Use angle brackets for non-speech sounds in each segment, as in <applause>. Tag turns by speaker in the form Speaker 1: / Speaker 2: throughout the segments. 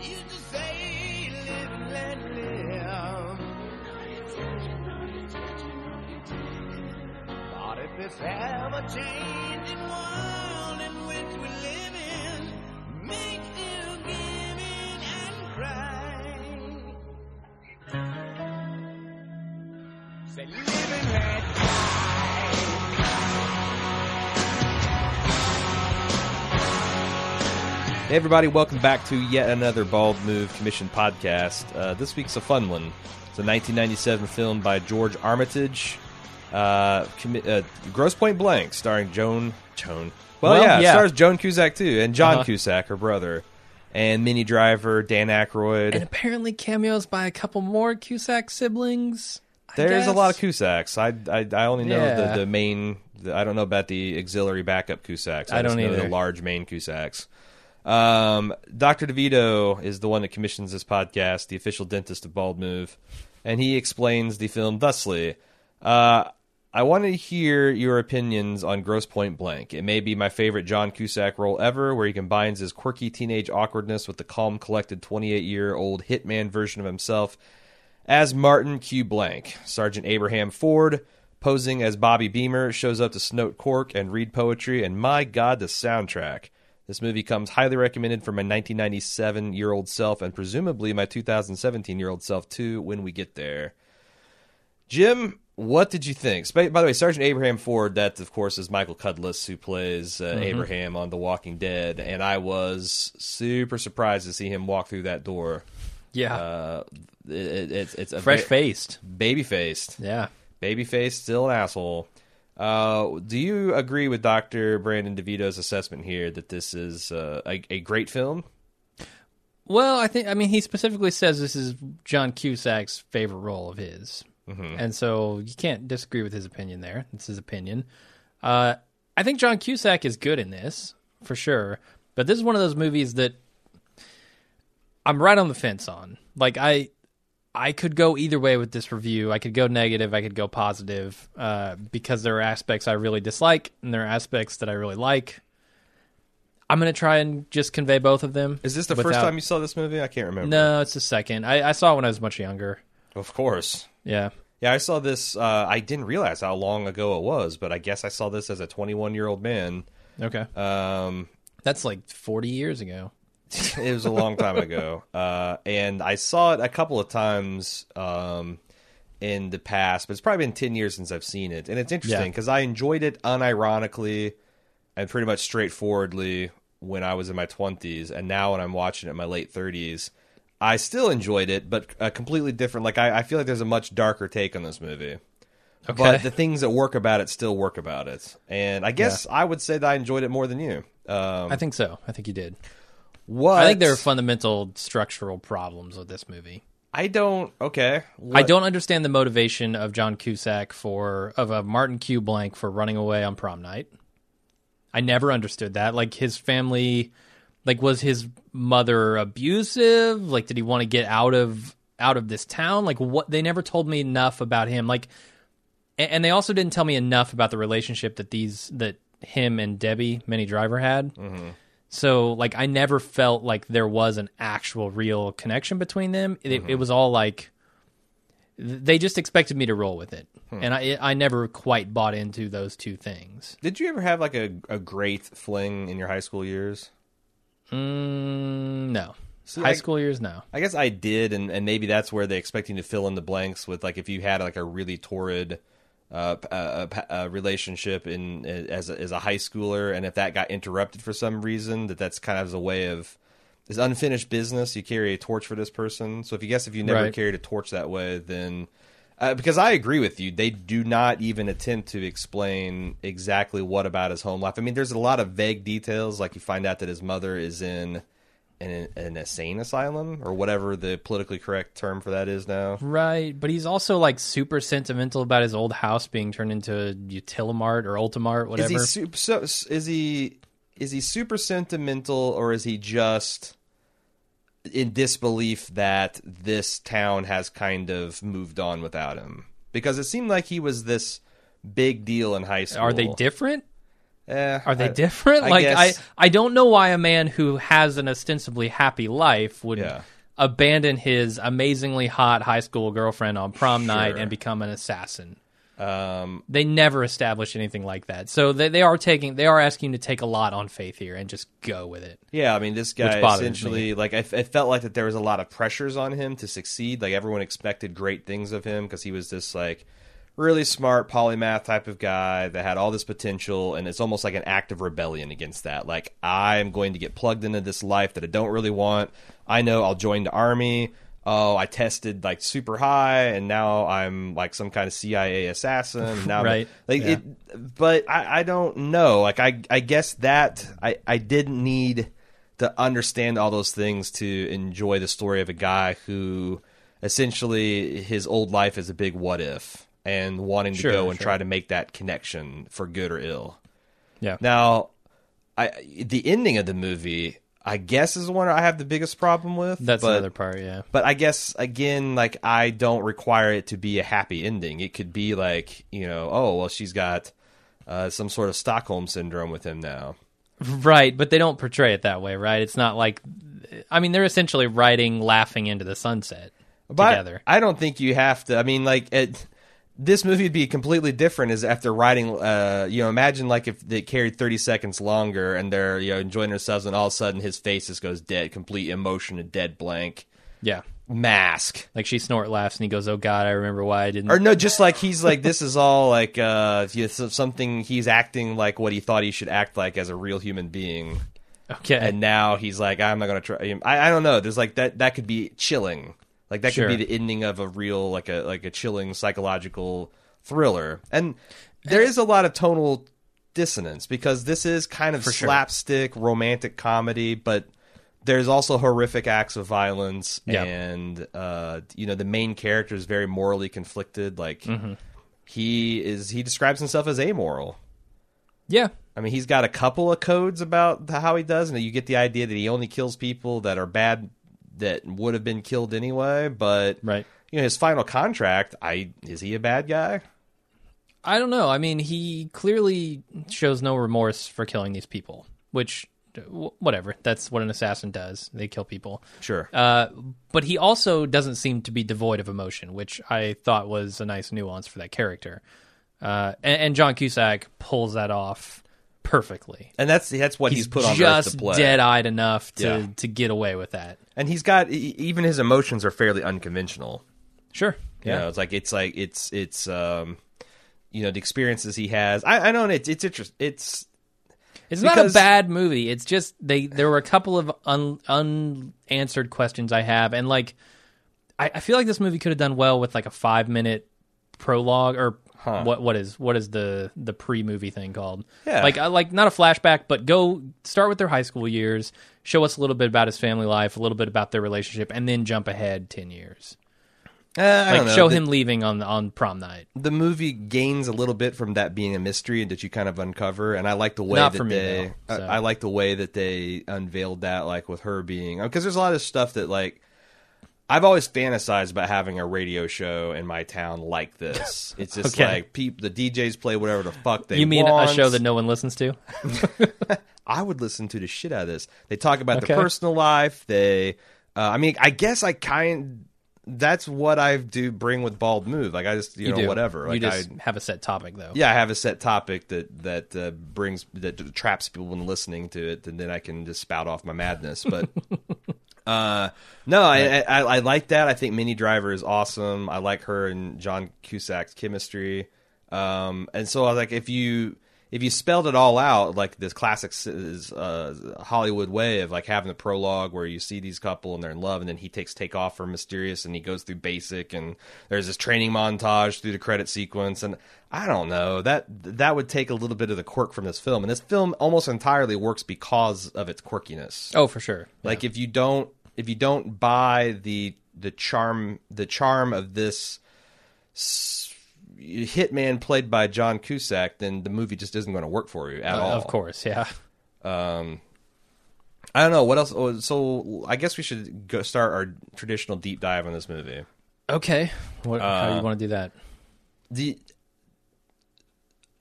Speaker 1: used to say, live, let live. But if this ever-changing world in which we live in makes you giving and cry, say, live and let
Speaker 2: Hey, everybody, welcome back to yet another Bald Move Commission podcast. Uh, this week's a fun one. It's a 1997 film by George Armitage, uh, commi- uh, Gross Point Blank, starring Joan. Joan. Well,
Speaker 3: Well,
Speaker 2: yeah, it
Speaker 3: yeah.
Speaker 2: stars Joan Cusack, too, and John
Speaker 3: Uh-huh.
Speaker 2: Cusack, her brother, and Minnie Driver, Dan Aykroyd.
Speaker 3: and apparently cameos by a couple more Cusack siblings. I
Speaker 2: There's a lot of
Speaker 3: guess.
Speaker 2: Cusacks. I, I, I only know
Speaker 3: Yeah.
Speaker 2: the, the main. The, I don't know about the auxiliary backup Cusacks.
Speaker 3: I
Speaker 2: just
Speaker 3: don't
Speaker 2: know The
Speaker 3: either.
Speaker 2: large main Cusacks. Um, Doctor DeVito is the one that commissions this podcast, the official dentist of Bald Move, and he explains the film thusly. Uh, I want to hear your opinions on Gross Point Blank. It may be my favorite John Cusack role ever, where he combines his quirky teenage awkwardness with the calm, collected 28 year old hitman version of himself as Martin Q. Blank. Sergeant Abraham Ford, posing as Bobby Beamer, shows up to snout cork and read poetry, and my God, the soundtrack. This movie comes highly recommended for my 1997 year old self and presumably my 2017 year old self too when we get there. Jim, what did you think? Sp- By the way, Sergeant Abraham Ford, that of course is Michael Cudlitz who plays uh, Abraham on The Walking Dead, and I was super surprised to see him walk through that door.
Speaker 3: yeah,
Speaker 2: Uh, it, it, it's it's a
Speaker 3: fresh
Speaker 2: ba-
Speaker 3: faced.
Speaker 2: baby faced
Speaker 3: Yeah,
Speaker 2: baby faced still an asshole uh, do you agree with dr brandon devito's assessment here that this is uh, a, a great film
Speaker 3: Well, I think I mean he specifically says this is John Cusack's favorite role of his,
Speaker 2: Mm-hmm.
Speaker 3: and so you can't disagree with his opinion there. It's his opinion. Uh, I think John Cusack is good in this for sure, but this is one of those movies that I'm right on the fence on. Like I, I could go either way with this review. I could go negative. I could go positive uh, because there are aspects I really dislike and there are aspects that I really like. I'm gonna try and just convey both of them.
Speaker 2: is this the first
Speaker 3: without-
Speaker 2: time you saw this movie i can't remember
Speaker 3: no, it's the second. I, I saw it when I was much younger.
Speaker 2: of course
Speaker 3: Yeah.
Speaker 2: yeah i saw this uh, i didn't realize how long ago it was but i guess i saw this as a 21 year old man
Speaker 3: Okay.
Speaker 2: um,
Speaker 3: Uh, That's like 40 years ago.
Speaker 2: <laughs> it was a long time ago. Uh, and I saw it a couple of times um, in the past, but it's probably been 10 years since I've seen it. And it's interesting
Speaker 3: Yeah.
Speaker 2: because I enjoyed it unironically and pretty much straightforwardly when I was in my 20s. And now when I'm watching it in my late 30s, I still enjoyed it, but uh, completely different. Like, I, I feel like there's a much darker take on this movie but the things that work about it still work about it and i guess i would say that i enjoyed it more than you um
Speaker 3: I think so. I think you did.
Speaker 2: what
Speaker 3: I think there are fundamental structural problems with this movie.
Speaker 2: i don't okay
Speaker 3: I don't understand the motivation of John Cusack for of a Martin Q blank for running away on prom night. I never understood that. Like his family like was his mother abusive? Like did he want to get out of out of this town? Like what they never told me enough about him. Like a- and, they also didn't tell me enough about the relationship that these that him and Debbie Minnie Driver had. So like I never felt like there was an actual real connection between them. It, it was all like th- they just expected me to roll with it,
Speaker 2: Hmm.
Speaker 3: and I I never quite bought into those two things.
Speaker 2: Did you ever have like a, a great fling in your high school years?
Speaker 3: Mm, no,
Speaker 2: See,
Speaker 3: high
Speaker 2: I-
Speaker 3: school years, no.
Speaker 2: I guess I did, and, and maybe that's where they expect you to fill in the blanks with like if you had like a really torrid uh, p- uh, p- uh, relationship in as a, as a high schooler, and if that got interrupted for some reason, that that's kind of as a way of this unfinished business. You carry a torch for this person, so if you guess if you never
Speaker 3: Right.
Speaker 2: carried a torch that way, then uh, because I agree with you, they do not even attempt to explain exactly what about his home life. I mean, there's a lot of vague details, like you find out that his mother is in an, an insane asylum or whatever the politically correct term for that is now.
Speaker 3: Right, but he's also like super sentimental about his old house being turned into Utilimart or Ultimart,
Speaker 2: Is
Speaker 3: whatever.
Speaker 2: he super, so, is he is he super sentimental or is he just in disbelief that this town has kind of moved on without him? Because it seemed like he was this big deal in high school.
Speaker 3: Are they different?
Speaker 2: Eh,
Speaker 3: Are they
Speaker 2: I-
Speaker 3: different?
Speaker 2: I
Speaker 3: like
Speaker 2: guess-
Speaker 3: I, I don't know why a man who has an ostensibly happy life would
Speaker 2: Yeah.
Speaker 3: abandon his amazingly hot high school girlfriend on prom night
Speaker 2: Sure.
Speaker 3: and become an assassin.
Speaker 2: Um,
Speaker 3: They never establish anything like that. So they, they are taking they are asking you to take a lot on faith here and just go with it.
Speaker 2: yeah, I mean, this guy
Speaker 3: bothers
Speaker 2: essentially, like, I, I felt like that there was a lot of pressures on him to succeed. Like, everyone expected great things of him because he was this, like, really smart polymath type of guy that had all this potential. And it's almost like an act of rebellion against that. Like, I'm going to get plugged into this life that I don't really want. I know I'll join the army. Oh, I tested like super high, and now I'm like some kind of CIA assassin.
Speaker 3: <laughs>
Speaker 2: And now I'm-
Speaker 3: Right.
Speaker 2: like
Speaker 3: Yeah.
Speaker 2: it but I, I don't know. Like I I guess that I, I didn't need to understand all those things to enjoy the story of a guy who essentially his old life is a big what if and wanting to
Speaker 3: Sure,
Speaker 2: go and
Speaker 3: sure.
Speaker 2: try to make that connection for good or ill.
Speaker 3: Yeah.
Speaker 2: Now I the ending of the movie I guess is the one I have the biggest problem with.
Speaker 3: That's
Speaker 2: but-
Speaker 3: another part, yeah.
Speaker 2: but I guess again, like I don't require it to be a happy ending. It could be like you know, oh well, she's got uh, some sort of Stockholm syndrome with him now.
Speaker 3: Right, but they don't portray it that way, right? It's not like I mean, they're essentially riding laughing into the sunset
Speaker 2: But
Speaker 3: together.
Speaker 2: I don't think you have to. I mean, like it, this movie would be completely different is after writing. Uh, you know, imagine like if they carried thirty seconds longer and they're you know enjoying themselves, and all of a sudden his face just goes dead, complete emotion, a dead blank
Speaker 3: Yeah.
Speaker 2: mask.
Speaker 3: Like she snort laughs and he goes, "Oh God, I remember why I didn't."
Speaker 2: or no just like he's like this is all like uh yeah, so- something he's acting like what he thought he should act like as a real human being
Speaker 3: okay,
Speaker 2: and now he's like i'm not gonna try i, I don't know there's like that that could be chilling like that
Speaker 3: Sure.
Speaker 2: could be the ending of a real like a like a chilling psychological thriller and there is a lot of tonal dissonance because this is kind of
Speaker 3: sure.
Speaker 2: slapstick romantic comedy but there's also horrific acts of violence
Speaker 3: Yeah.
Speaker 2: and uh you know the main character is very morally conflicted like
Speaker 3: Mm-hmm.
Speaker 2: he is he describes himself as amoral
Speaker 3: yeah,
Speaker 2: I mean, he's got a couple of codes about the- how he does, and you get the idea that he only kills people that are bad that would have been killed anyway. But
Speaker 3: right.
Speaker 2: you know, his final contract, I is he a bad guy?
Speaker 3: I don't know. I mean, he clearly shows no remorse for killing these people, which, w- whatever. That's what an assassin does. They kill people.
Speaker 2: Sure.
Speaker 3: Uh, but he also doesn't seem to be devoid of emotion, which I thought was a nice nuance for that character. Uh, and, and John Cusack pulls that off perfectly.
Speaker 2: and that's that's what he's, put on Earth to
Speaker 3: just
Speaker 2: play.
Speaker 3: dead eyed enough to,
Speaker 2: Yeah.
Speaker 3: to get away with that.
Speaker 2: And he's got e- even his emotions are fairly unconventional.
Speaker 3: Sure.
Speaker 2: You know, it's like it's like it's it's um, you know, the experiences he has. I, I know it's it's interest. It's
Speaker 3: It's not a
Speaker 2: Because-
Speaker 3: bad movie. It's just they there were a couple of un, unanswered questions I have, and like I, I feel like this movie could have done well with like a five minute prologue or what what is what is the the pre movie thing called?
Speaker 2: Yeah.
Speaker 3: like I like not a flashback, but go start with their high school years, show us a little bit about his family life, a little bit about their relationship, and then jump ahead ten years.
Speaker 2: uh, I
Speaker 3: Like
Speaker 2: don't know.
Speaker 3: show
Speaker 2: The-
Speaker 3: him leaving on on prom night.
Speaker 2: the movie gains a little bit from that being a mystery that you kind of uncover and i like the way
Speaker 3: Not
Speaker 2: that
Speaker 3: for me,
Speaker 2: they
Speaker 3: though, so.
Speaker 2: I, I like the way that they unveiled that like with her being because there's a lot of stuff that like i've always fantasized about having a radio show in my town
Speaker 3: <laughs>
Speaker 2: like this it's just
Speaker 3: Okay.
Speaker 2: like peep the djs play whatever the fuck they
Speaker 3: You mean
Speaker 2: want.
Speaker 3: a show that no one listens to?
Speaker 2: I would listen to the shit out of this. They talk about
Speaker 3: Okay.
Speaker 2: their personal life. They, uh, I mean, I guess I kind. That's what I do bring with bald move. Like I just, you, know,
Speaker 3: do.
Speaker 2: whatever. Like
Speaker 3: you just
Speaker 2: I,
Speaker 3: have a set topic though.
Speaker 2: yeah, I have a set topic that that uh, brings that traps people in listening to it, and then I can just spout off my madness. But uh, no, I, I I like that. I think Minnie Driver is awesome. I like her and John Cusack's chemistry. Um, and so I was like, if you if you spelled it all out like this classic s- uh, Hollywood way of like having the prologue where you see these couple and they're in love, and then he takes take off for mysterious, and he goes through basic, and there's this training montage through the credit sequence, and I don't know that that would take a little bit of the quirk from this film, and this film almost entirely works because of its quirkiness.
Speaker 3: Oh, for sure.
Speaker 2: Like if you don't if you don't buy the the charm the charm of this s- hitman played by John Cusack, then the movie just isn't going to work for you at all.
Speaker 3: Uh, Of course, yeah.
Speaker 2: I don't know what else. oh, So I guess we should go start our traditional deep dive on this movie. Uh,
Speaker 3: Okay. What, how you want to do that?
Speaker 2: The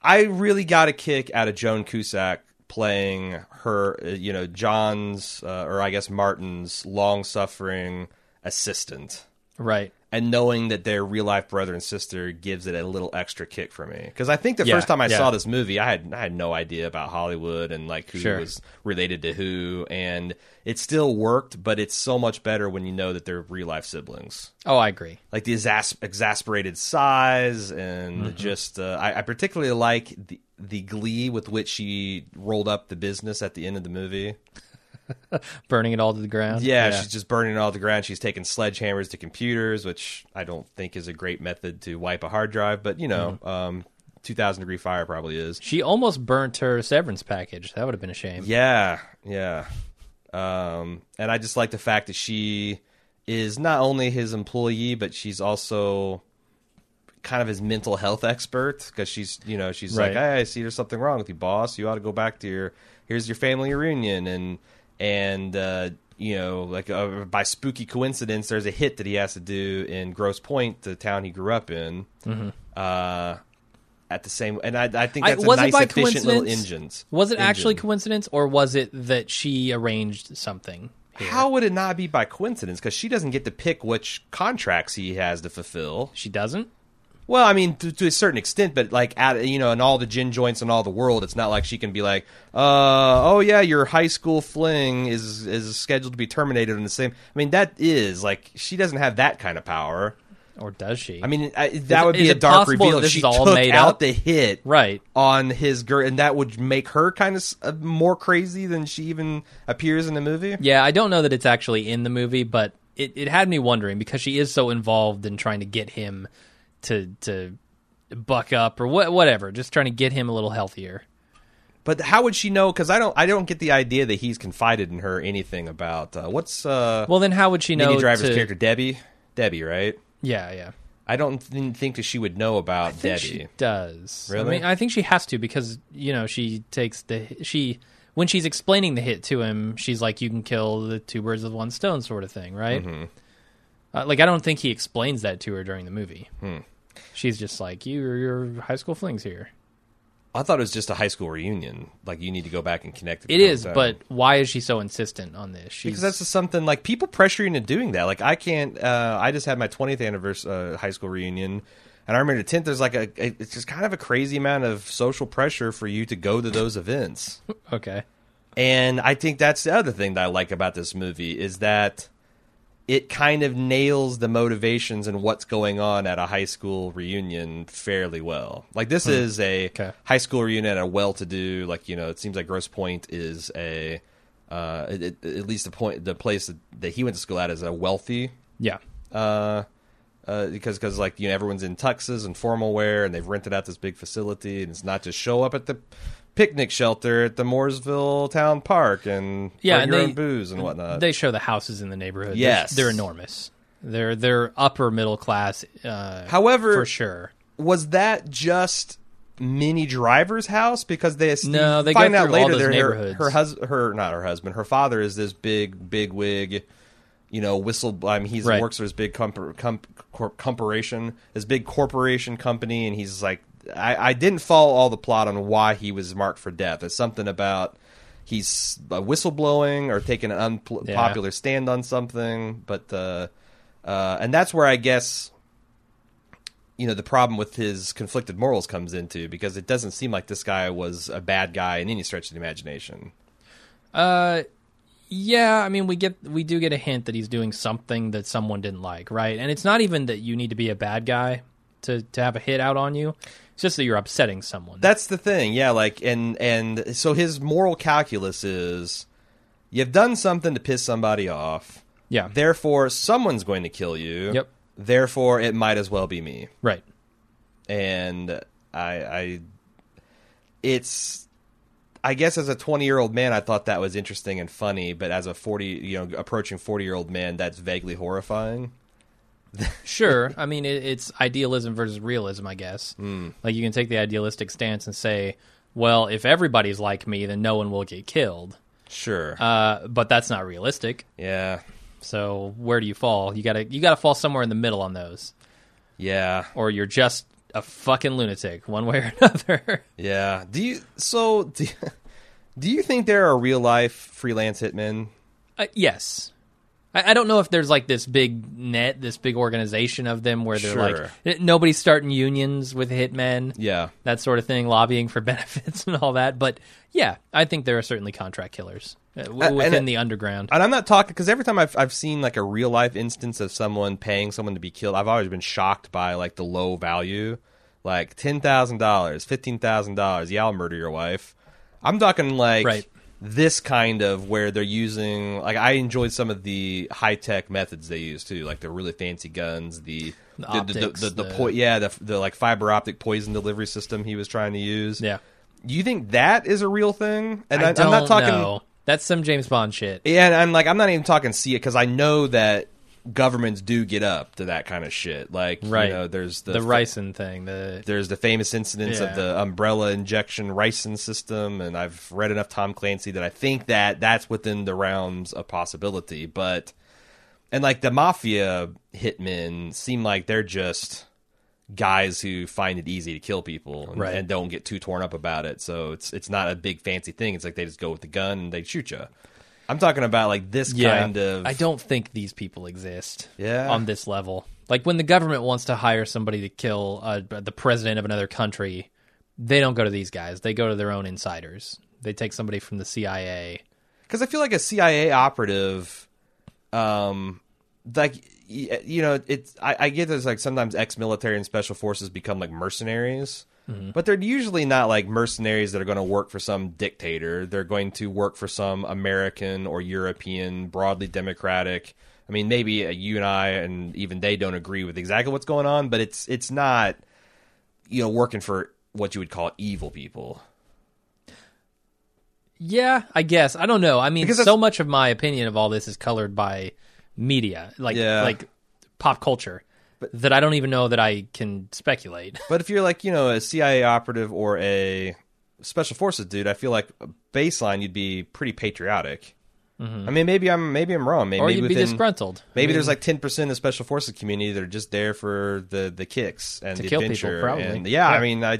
Speaker 2: I really got a kick out of Joan Cusack playing her, uh, you know, John's uh, or I guess Martin's long-suffering assistant,
Speaker 3: Right.
Speaker 2: and knowing that they're real-life brother and sister gives it a little extra kick for me. Because I think the
Speaker 3: Yeah,
Speaker 2: first time I
Speaker 3: yeah.
Speaker 2: saw this movie, I had I had no idea about Hollywood and like who
Speaker 3: Sure.
Speaker 2: was related to who, and it still worked, but it's so much better when you know that they're real-life siblings
Speaker 3: Oh, I agree.
Speaker 2: like the exas- exasperated sighs and
Speaker 3: Mm-hmm.
Speaker 2: just uh, I, I particularly like the the glee with which she rolled up the business at the end of the movie.
Speaker 3: Burning it all to the ground.
Speaker 2: Yeah, she's just burning it all to the ground. She's taking sledgehammers to computers, which I don't think is a great method to wipe a hard drive, but you know, um, two thousand degree fire probably is.
Speaker 3: She almost burnt her severance package. That would have been a shame.
Speaker 2: Yeah, yeah. Um, and I just like the fact that she is not only his employee, but she's also kind of his mental health expert because she's, you know, she's like,
Speaker 3: Right.
Speaker 2: "Hey, I see there's something wrong with you, boss. You ought to go back to your here's your family reunion." And and uh, you know, like uh, by spooky coincidence, there's a hit that he has to do in Gross Point, the town he grew up in. Uh, at the same, and I, I
Speaker 3: Mm-hmm.
Speaker 2: think
Speaker 3: I-
Speaker 2: that's a
Speaker 3: was it
Speaker 2: nice,
Speaker 3: by
Speaker 2: efficient little
Speaker 3: coincidence?
Speaker 2: engines.
Speaker 3: Was it actually
Speaker 2: engine.
Speaker 3: coincidence, or was it that she arranged something? here?
Speaker 2: How would it not be by coincidence? Because she doesn't get to pick which contracts he has to fulfill.
Speaker 3: she doesn't?
Speaker 2: Well, I mean, to, to a certain extent, but like, at, you know, in all the gin joints in all the world, it's not like she can be like, uh, oh yeah, your high school fling is is scheduled to be terminated on the same. I mean, that is like she doesn't have that kind of power.
Speaker 3: Or does she?
Speaker 2: I mean, I, that would
Speaker 3: is
Speaker 2: be a
Speaker 3: it
Speaker 2: dark
Speaker 3: possible
Speaker 2: reveal
Speaker 3: that
Speaker 2: if
Speaker 3: this
Speaker 2: she
Speaker 3: is all
Speaker 2: took
Speaker 3: made
Speaker 2: out
Speaker 3: up?
Speaker 2: the hit
Speaker 3: right.
Speaker 2: on his girl, and that would make her kind of s- uh, more crazy than she even appears in the movie.
Speaker 3: Yeah, I don't know that it's actually in the movie, but it, it had me wondering because she is so involved in trying to get him to to buck up or what whatever, just trying to get him a little healthier.
Speaker 2: But how would she know? Because I don't, I don't get the idea that he's confided in her anything about uh, what's uh,
Speaker 3: Well, then how would she know?
Speaker 2: Minnie Driver's
Speaker 3: to-
Speaker 2: character Debbie, Debbie, right?
Speaker 3: Yeah, yeah.
Speaker 2: I don't th- think that she would know about
Speaker 3: I think
Speaker 2: Debbie.
Speaker 3: she does.
Speaker 2: Really?
Speaker 3: I mean, I think she has to because you know she takes the she when she's explaining the hit to him, she's like, "You can kill the two birds with one stone," sort of thing, right?
Speaker 2: Mm-hmm.
Speaker 3: Uh, like, I don't think he explains that to her during the movie.
Speaker 2: Hmm.
Speaker 3: She's just like, "You, your high school flings here."
Speaker 2: I thought it was just a high school reunion. Like you need to go back and connect.
Speaker 3: It is, but why is she so insistent on this? She's,
Speaker 2: Oh, because that's just something like people pressure you into doing that. Like I can't. Uh, I just had my 20th anniversary uh, high school reunion, and I remember the 10th. There's like a, a- it's just kind of a crazy amount of social pressure for you to go to those events.
Speaker 3: okay.
Speaker 2: And I think that's the other thing that I like about this movie is that it kind of nails the motivations and what's going on at a high school reunion fairly well. Like this is a
Speaker 3: Okay.
Speaker 2: high school reunion at a well-to-do, like you know, it seems like Gross Point is a uh, it, it- at least the point the place that, that he went to school at is a wealthy
Speaker 3: Yeah.
Speaker 2: uh, uh, because because like you know everyone's in tuxes and formal wear, and they've rented out this big facility, and it's not just show up at the picnic shelter at the Mooresville Town Park and
Speaker 3: Yeah,
Speaker 2: bring
Speaker 3: and
Speaker 2: your
Speaker 3: they-
Speaker 2: own booze and whatnot.
Speaker 3: They show the houses in the neighborhood. They're-
Speaker 2: Uh, Yes.
Speaker 3: they're, enormous. They're they're upper middle class. Uh,
Speaker 2: However-
Speaker 3: for sure.
Speaker 2: Was that just Minnie Driver's house? Because they
Speaker 3: No, they go
Speaker 2: find out
Speaker 3: through all
Speaker 2: later
Speaker 3: those
Speaker 2: that her
Speaker 3: neighborhoods.
Speaker 2: her hus- her not her husband, her father is this big big wig. You know, whistle. I mean, he's
Speaker 3: Right.
Speaker 2: works for this big comp, comp, cor- corporation, this big corporation company, and he's like, I, I didn't follow all the plot on why he was marked for death. It's something about he's uh, whistleblowing or taking an unpopular
Speaker 3: Yeah.
Speaker 2: popular stand on something, but uh, uh, and that's where I guess you know the problem with his conflicted morals comes into because it doesn't seem like this guy was a bad guy in any stretch of the imagination.
Speaker 3: Uh, yeah. I mean, we get we do get a hint that he's doing something that someone didn't like, right? And it's not even that you need to be a bad guy to to have a hit out on you. It's just that you're upsetting someone.
Speaker 2: That's the thing, yeah. Like, and and so his moral calculus is, you've done something to piss somebody off.
Speaker 3: yeah.
Speaker 2: Therefore, someone's going to kill you.
Speaker 3: Yep.
Speaker 2: Therefore, it might as well be me.
Speaker 3: Right.
Speaker 2: and I, I, it's, I guess as a twenty-year-old man, I thought that was interesting and funny, but as a forty, you know, approaching forty-year-old man, that's vaguely horrifying.
Speaker 3: Sure. I mean, it, it's idealism versus realism, I guess. Mm. Like, you can take the idealistic stance and say, well, if everybody's like me, then no one will get killed.
Speaker 2: Sure.
Speaker 3: Uh, but that's not realistic.
Speaker 2: yeah.
Speaker 3: So where do you fall? You gotta you gotta fall somewhere in the middle on those,
Speaker 2: Yeah.
Speaker 3: or you're just a fucking lunatic one way or <laughs> another.
Speaker 2: Yeah. Do you so <laughs> do, do you think there are real life freelance hitmen?
Speaker 3: Uh, yes. I, I don't know if there's like this big net, this big organization of them where they're
Speaker 2: Sure.
Speaker 3: like n- nobody's starting unions with hitmen,
Speaker 2: Yeah.
Speaker 3: that sort of thing, lobbying for <laughs> benefits and all that. But yeah, I think there are certainly contract killers uh, w-
Speaker 2: and
Speaker 3: within
Speaker 2: it-
Speaker 3: the underground.
Speaker 2: And I'm not talking because every time I've I've seen like a real life instance of someone paying someone to be killed, I've always been shocked by like the low value, like ten thousand dollars, fifteen thousand dollars. Yeah, I'll murder your wife. I'm talking like
Speaker 3: Right.
Speaker 2: this kind of where they're using like I enjoyed some of the high tech methods they use too, like the really fancy guns, the the the,
Speaker 3: optics,
Speaker 2: the, the,
Speaker 3: the-
Speaker 2: po- yeah the the like fiber optic poison delivery system he was trying to use.
Speaker 3: yeah.
Speaker 2: Do you think that is a real thing? And
Speaker 3: I
Speaker 2: I'm-
Speaker 3: don't
Speaker 2: I'm not talking.
Speaker 3: know. That's some James Bond shit.
Speaker 2: Yeah, and I'm like, I'm not even talking see it because I know that governments do get up to that kind of shit. Like,
Speaker 3: Right.
Speaker 2: you know, there's the,
Speaker 3: the ricin thing. The
Speaker 2: there's the famous incidents
Speaker 3: Yeah.
Speaker 2: of the umbrella injection ricin system, and I've read enough Tom Clancy that I think that that's within the realms of possibility. But and like the mafia hitmen seem like they're just guys who find it easy to kill people and,
Speaker 3: Right.
Speaker 2: and don't get too torn up about it. So it's it's not a big fancy thing. It's like they just go with the gun and they shoot you. I'm talking about like this kind of
Speaker 3: I don't think these people exist.
Speaker 2: Yeah.
Speaker 3: On this level, like when the government wants to hire somebody to kill uh, the president of another country, they don't go to these guys. They go to their own insiders. They take somebody from the CIA.
Speaker 2: because I feel like a CIA operative, um, like y- you know, it's I, I get there's like sometimes ex-military and special forces become like mercenaries, but they're usually not like mercenaries that are going to work for some dictator. They're going to work for some American or European, broadly democratic. I mean, maybe uh, you and I and even they don't agree with exactly what's going on, but it's it's not you know working for what you would call evil people.
Speaker 3: Yeah, I guess. I don't know. I mean,
Speaker 2: Because
Speaker 3: so
Speaker 2: that's-
Speaker 3: much of my opinion of all this is colored by media, like
Speaker 2: Yeah.
Speaker 3: like pop culture, that I don't even know that I can speculate.
Speaker 2: But if you're like, you know, a CIA operative or a special forces dude, I feel like baseline you'd be pretty patriotic. I mean, maybe I'm maybe I'm wrong. Maybe,
Speaker 3: Mm-hmm. or
Speaker 2: maybe
Speaker 3: you'd be
Speaker 2: within-
Speaker 3: disgruntled.
Speaker 2: Maybe there's like ten percent of the special forces community that are just there for the the kicks and the
Speaker 3: kill people,
Speaker 2: adventure.
Speaker 3: probably.
Speaker 2: And yeah,
Speaker 3: Yeah.
Speaker 2: I mean, I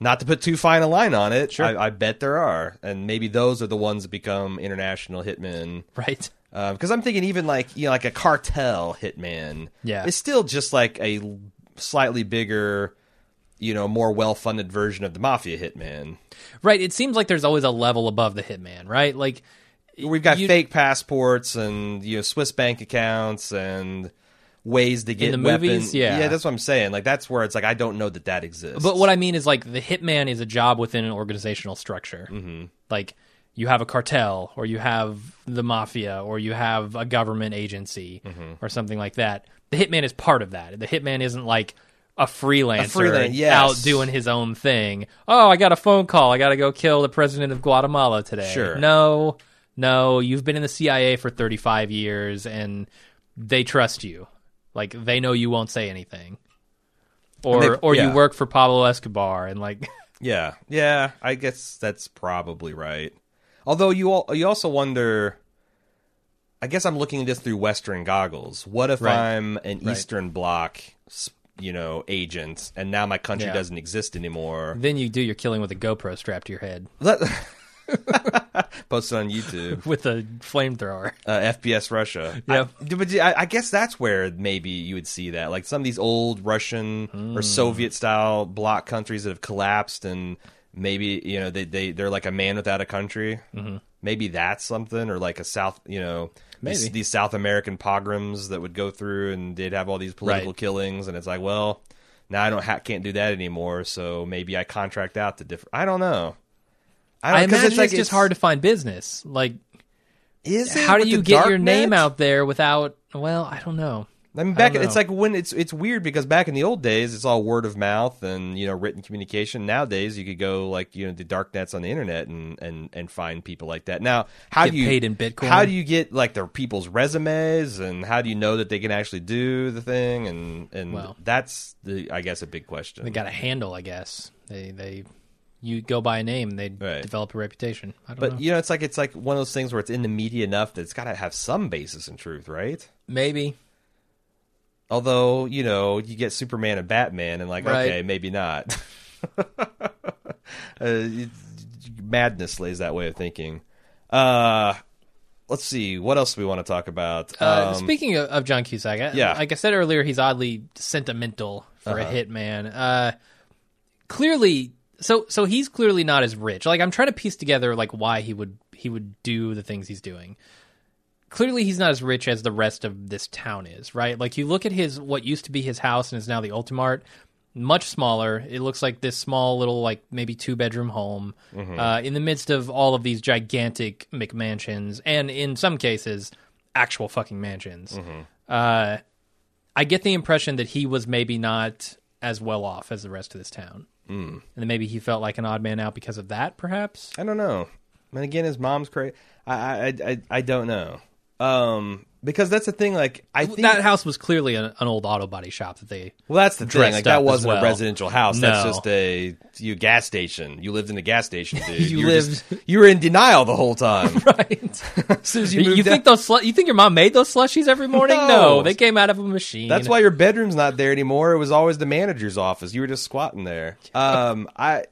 Speaker 2: not to put too fine a line on it. I, I bet there are, and maybe those are the ones that become international hitmen
Speaker 3: right.
Speaker 2: because Um, I'm thinking even like you know like a cartel hitman,
Speaker 3: Yeah.
Speaker 2: it's still just like a l- slightly bigger, you know, more well-funded version of the mafia hitman.
Speaker 3: Right. It seems like there's always a level above the hitman, right? Like
Speaker 2: We've got
Speaker 3: You-
Speaker 2: fake passports and you know Swiss bank accounts and ways to get
Speaker 3: the
Speaker 2: weapons.
Speaker 3: movies? Yeah.
Speaker 2: yeah, that's what I'm saying. Like that's where it's like I don't know that that exists.
Speaker 3: But what I mean is like the hitman is a job within an organizational structure.
Speaker 2: Mm-hmm.
Speaker 3: Like you have a cartel or you have the mafia or you have a government agency
Speaker 2: Mm-hmm.
Speaker 3: or something like that. The hitman is part of that. The hitman isn't like a freelancer
Speaker 2: freelan- yes.
Speaker 3: out doing his own thing. Oh, I got a phone call. I got to go kill the president of Guatemala today.
Speaker 2: Sure.
Speaker 3: No. No, you've been in the CIA for 35 years and they trust you. Like they know you won't say anything. Or
Speaker 2: they-
Speaker 3: or
Speaker 2: yeah.
Speaker 3: you work for Pablo Escobar and like <laughs>
Speaker 2: Yeah, yeah, I guess that's probably right. Although you all, you also wonder. I guess I'm looking at this through Western goggles. What if
Speaker 3: Right.
Speaker 2: I'm an Eastern Bloc, s- you know, agent, and now my country
Speaker 3: Yeah.
Speaker 2: doesn't exist anymore?
Speaker 3: then you do your killing with a GoPro strapped to your head
Speaker 2: Let- <laughs> Post it on YouTube.
Speaker 3: <laughs> with a flamethrower.
Speaker 2: Uh, FPS Russia.
Speaker 3: Yeah.
Speaker 2: I, but I, I guess that's where maybe you would see that. Like some of these old Russian
Speaker 3: Hmm.
Speaker 2: or Soviet style bloc countries that have collapsed and maybe, you know, they, they, they're like a man without a country. Mm-hmm. Maybe that's something or like a South, you know, These,
Speaker 3: Maybe.
Speaker 2: these South American pogroms that would go through and they'd have all these political
Speaker 3: Right.
Speaker 2: killings. And it's like, well, now I don't ha- can't do that anymore. So maybe I contract out to different. I don't know. don't-
Speaker 3: I
Speaker 2: Uh, 'cause
Speaker 3: imagine it's, just hard to find business. Like
Speaker 2: Is it
Speaker 3: how do
Speaker 2: with
Speaker 3: you
Speaker 2: the
Speaker 3: get
Speaker 2: dark
Speaker 3: your name
Speaker 2: net?
Speaker 3: out there without well, I don't know.
Speaker 2: I mean, back
Speaker 3: don't
Speaker 2: it's
Speaker 3: know.
Speaker 2: like when it's it's weird because back in the old days, it's all word of mouth and you know written communication. Nowadays, you could go like you know the dark nets on the internet and and and find people like that. Now, how
Speaker 3: Get
Speaker 2: do you
Speaker 3: paid in Bitcoin.
Speaker 2: How do you get like their people's resumes and how do you know that they can actually do the thing? And and
Speaker 3: Well.
Speaker 2: that's the I guess a big question.
Speaker 3: They got a handle, I guess. They they you go by a name, they
Speaker 2: Right.
Speaker 3: develop a reputation. I don't
Speaker 2: but
Speaker 3: know.
Speaker 2: you know, it's like it's like one of those things where it's in the media enough that it's got to have some basis in truth, right?
Speaker 3: Maybe.
Speaker 2: Although, you know, you get Superman and Batman, and like,
Speaker 3: Right.
Speaker 2: okay, maybe not. <laughs> uh, it- madness lays that way of thinking. Uh, let's see. What else do we want to talk about?
Speaker 3: Uh,
Speaker 2: Um,
Speaker 3: speaking of, of John Cusack, I-
Speaker 2: yeah.
Speaker 3: like I said earlier, he's oddly sentimental for a hitman. Uh, clearly, so so he's clearly not as rich. Like I'm trying to piece together like why he would he would do the things he's doing. Clearly, he's not as rich as the rest of this town is, right? Like you look at his what used to be his house and is now the Ultimart, much smaller. It looks like this small little like maybe two bedroom home uh, in the midst of all of these gigantic McMansions and in some cases actual fucking mansions. Uh, I get the impression that he was maybe not as well off as the rest of this town. Mm. And then maybe he felt like an odd man out because of that, perhaps.
Speaker 2: I don't know. And again, his mom's crazy. I, I, I- I, I don't know. Um, because that's the thing. Like, I think
Speaker 3: That house was clearly an, an old auto body shop that they. <laughs>
Speaker 2: Well, that's the thing.
Speaker 3: dressed
Speaker 2: Like
Speaker 3: up
Speaker 2: that
Speaker 3: as
Speaker 2: wasn't a
Speaker 3: well.
Speaker 2: residential house. That's
Speaker 3: No.
Speaker 2: just a you gas station. You lived in a gas
Speaker 3: <laughs>
Speaker 2: station, dude.
Speaker 3: You
Speaker 2: were just- you were in denial the
Speaker 3: <laughs>
Speaker 2: whole time.
Speaker 3: Right.
Speaker 2: As soon as you,
Speaker 3: you
Speaker 2: moved
Speaker 3: think
Speaker 2: out-
Speaker 3: those slu- you think your mom made those slushies every morning?
Speaker 2: No.
Speaker 3: No, they came out of a machine.
Speaker 2: that's why your bedroom's not there anymore. It was always the manager's office. You were just squatting there. Um, I.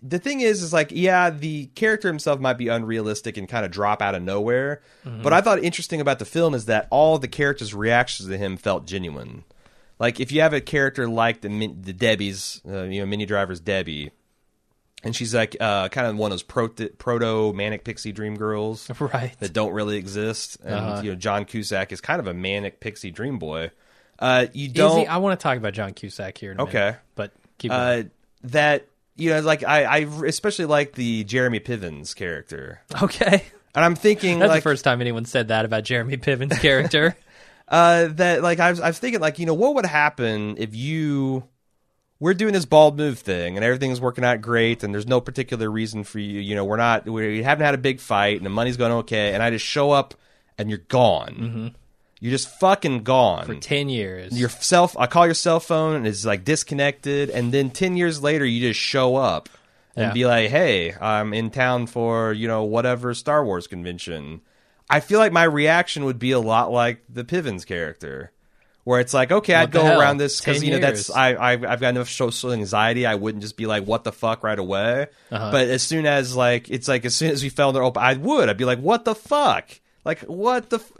Speaker 2: The thing is, is like, yeah, the character himself might be unrealistic and kind of drop out of nowhere. But I thought interesting about the film is that all the characters' reactions to him felt genuine. Like, if you have a character like the Min- the Debbie's, uh, you know, Mini Driver's Debbie, and she's like uh, kind of one of those proto, proto manic pixie dream girls,
Speaker 3: <laughs> Right.
Speaker 2: That don't really exist, and
Speaker 3: Uh-huh.
Speaker 2: you know John Cusack is kind of a manic pixie dream boy. Uh, you
Speaker 3: Izzy,
Speaker 2: don't
Speaker 3: I want to talk about John Cusack here. In a
Speaker 2: Okay.
Speaker 3: minute, but keep going.
Speaker 2: uh, that you know like I, I especially like the Jeremy Pivens character,
Speaker 3: <laughs> okay.
Speaker 2: and I'm thinking
Speaker 3: That's
Speaker 2: like
Speaker 3: the first time anyone said that about Jeremy Piven's character. <laughs>
Speaker 2: uh, that like I was, I was thinking like you know what would happen if you we're doing this bald move thing and everything's working out great and there's no particular reason for you you know we're not we haven't had a big fight and the money's going okay and I just show up and you're gone
Speaker 3: Mm-hmm.
Speaker 2: you're just fucking gone
Speaker 3: Ten years.
Speaker 2: your self I call your cell phone and it's like disconnected and then 10 years later you just show up and
Speaker 3: Yeah.
Speaker 2: be like hey I'm in town for you know whatever Star Wars convention I feel like my reaction would be a lot like the Pivens character where it's like okay I'd
Speaker 3: the
Speaker 2: go
Speaker 3: hell?
Speaker 2: around this cuz
Speaker 3: 10
Speaker 2: you know
Speaker 3: years.
Speaker 2: that's I, I I've got enough social anxiety I wouldn't just be like what the fuck right away but as soon as like it's like as soon as we fell into open I would I'd be like what the fuck like what the f-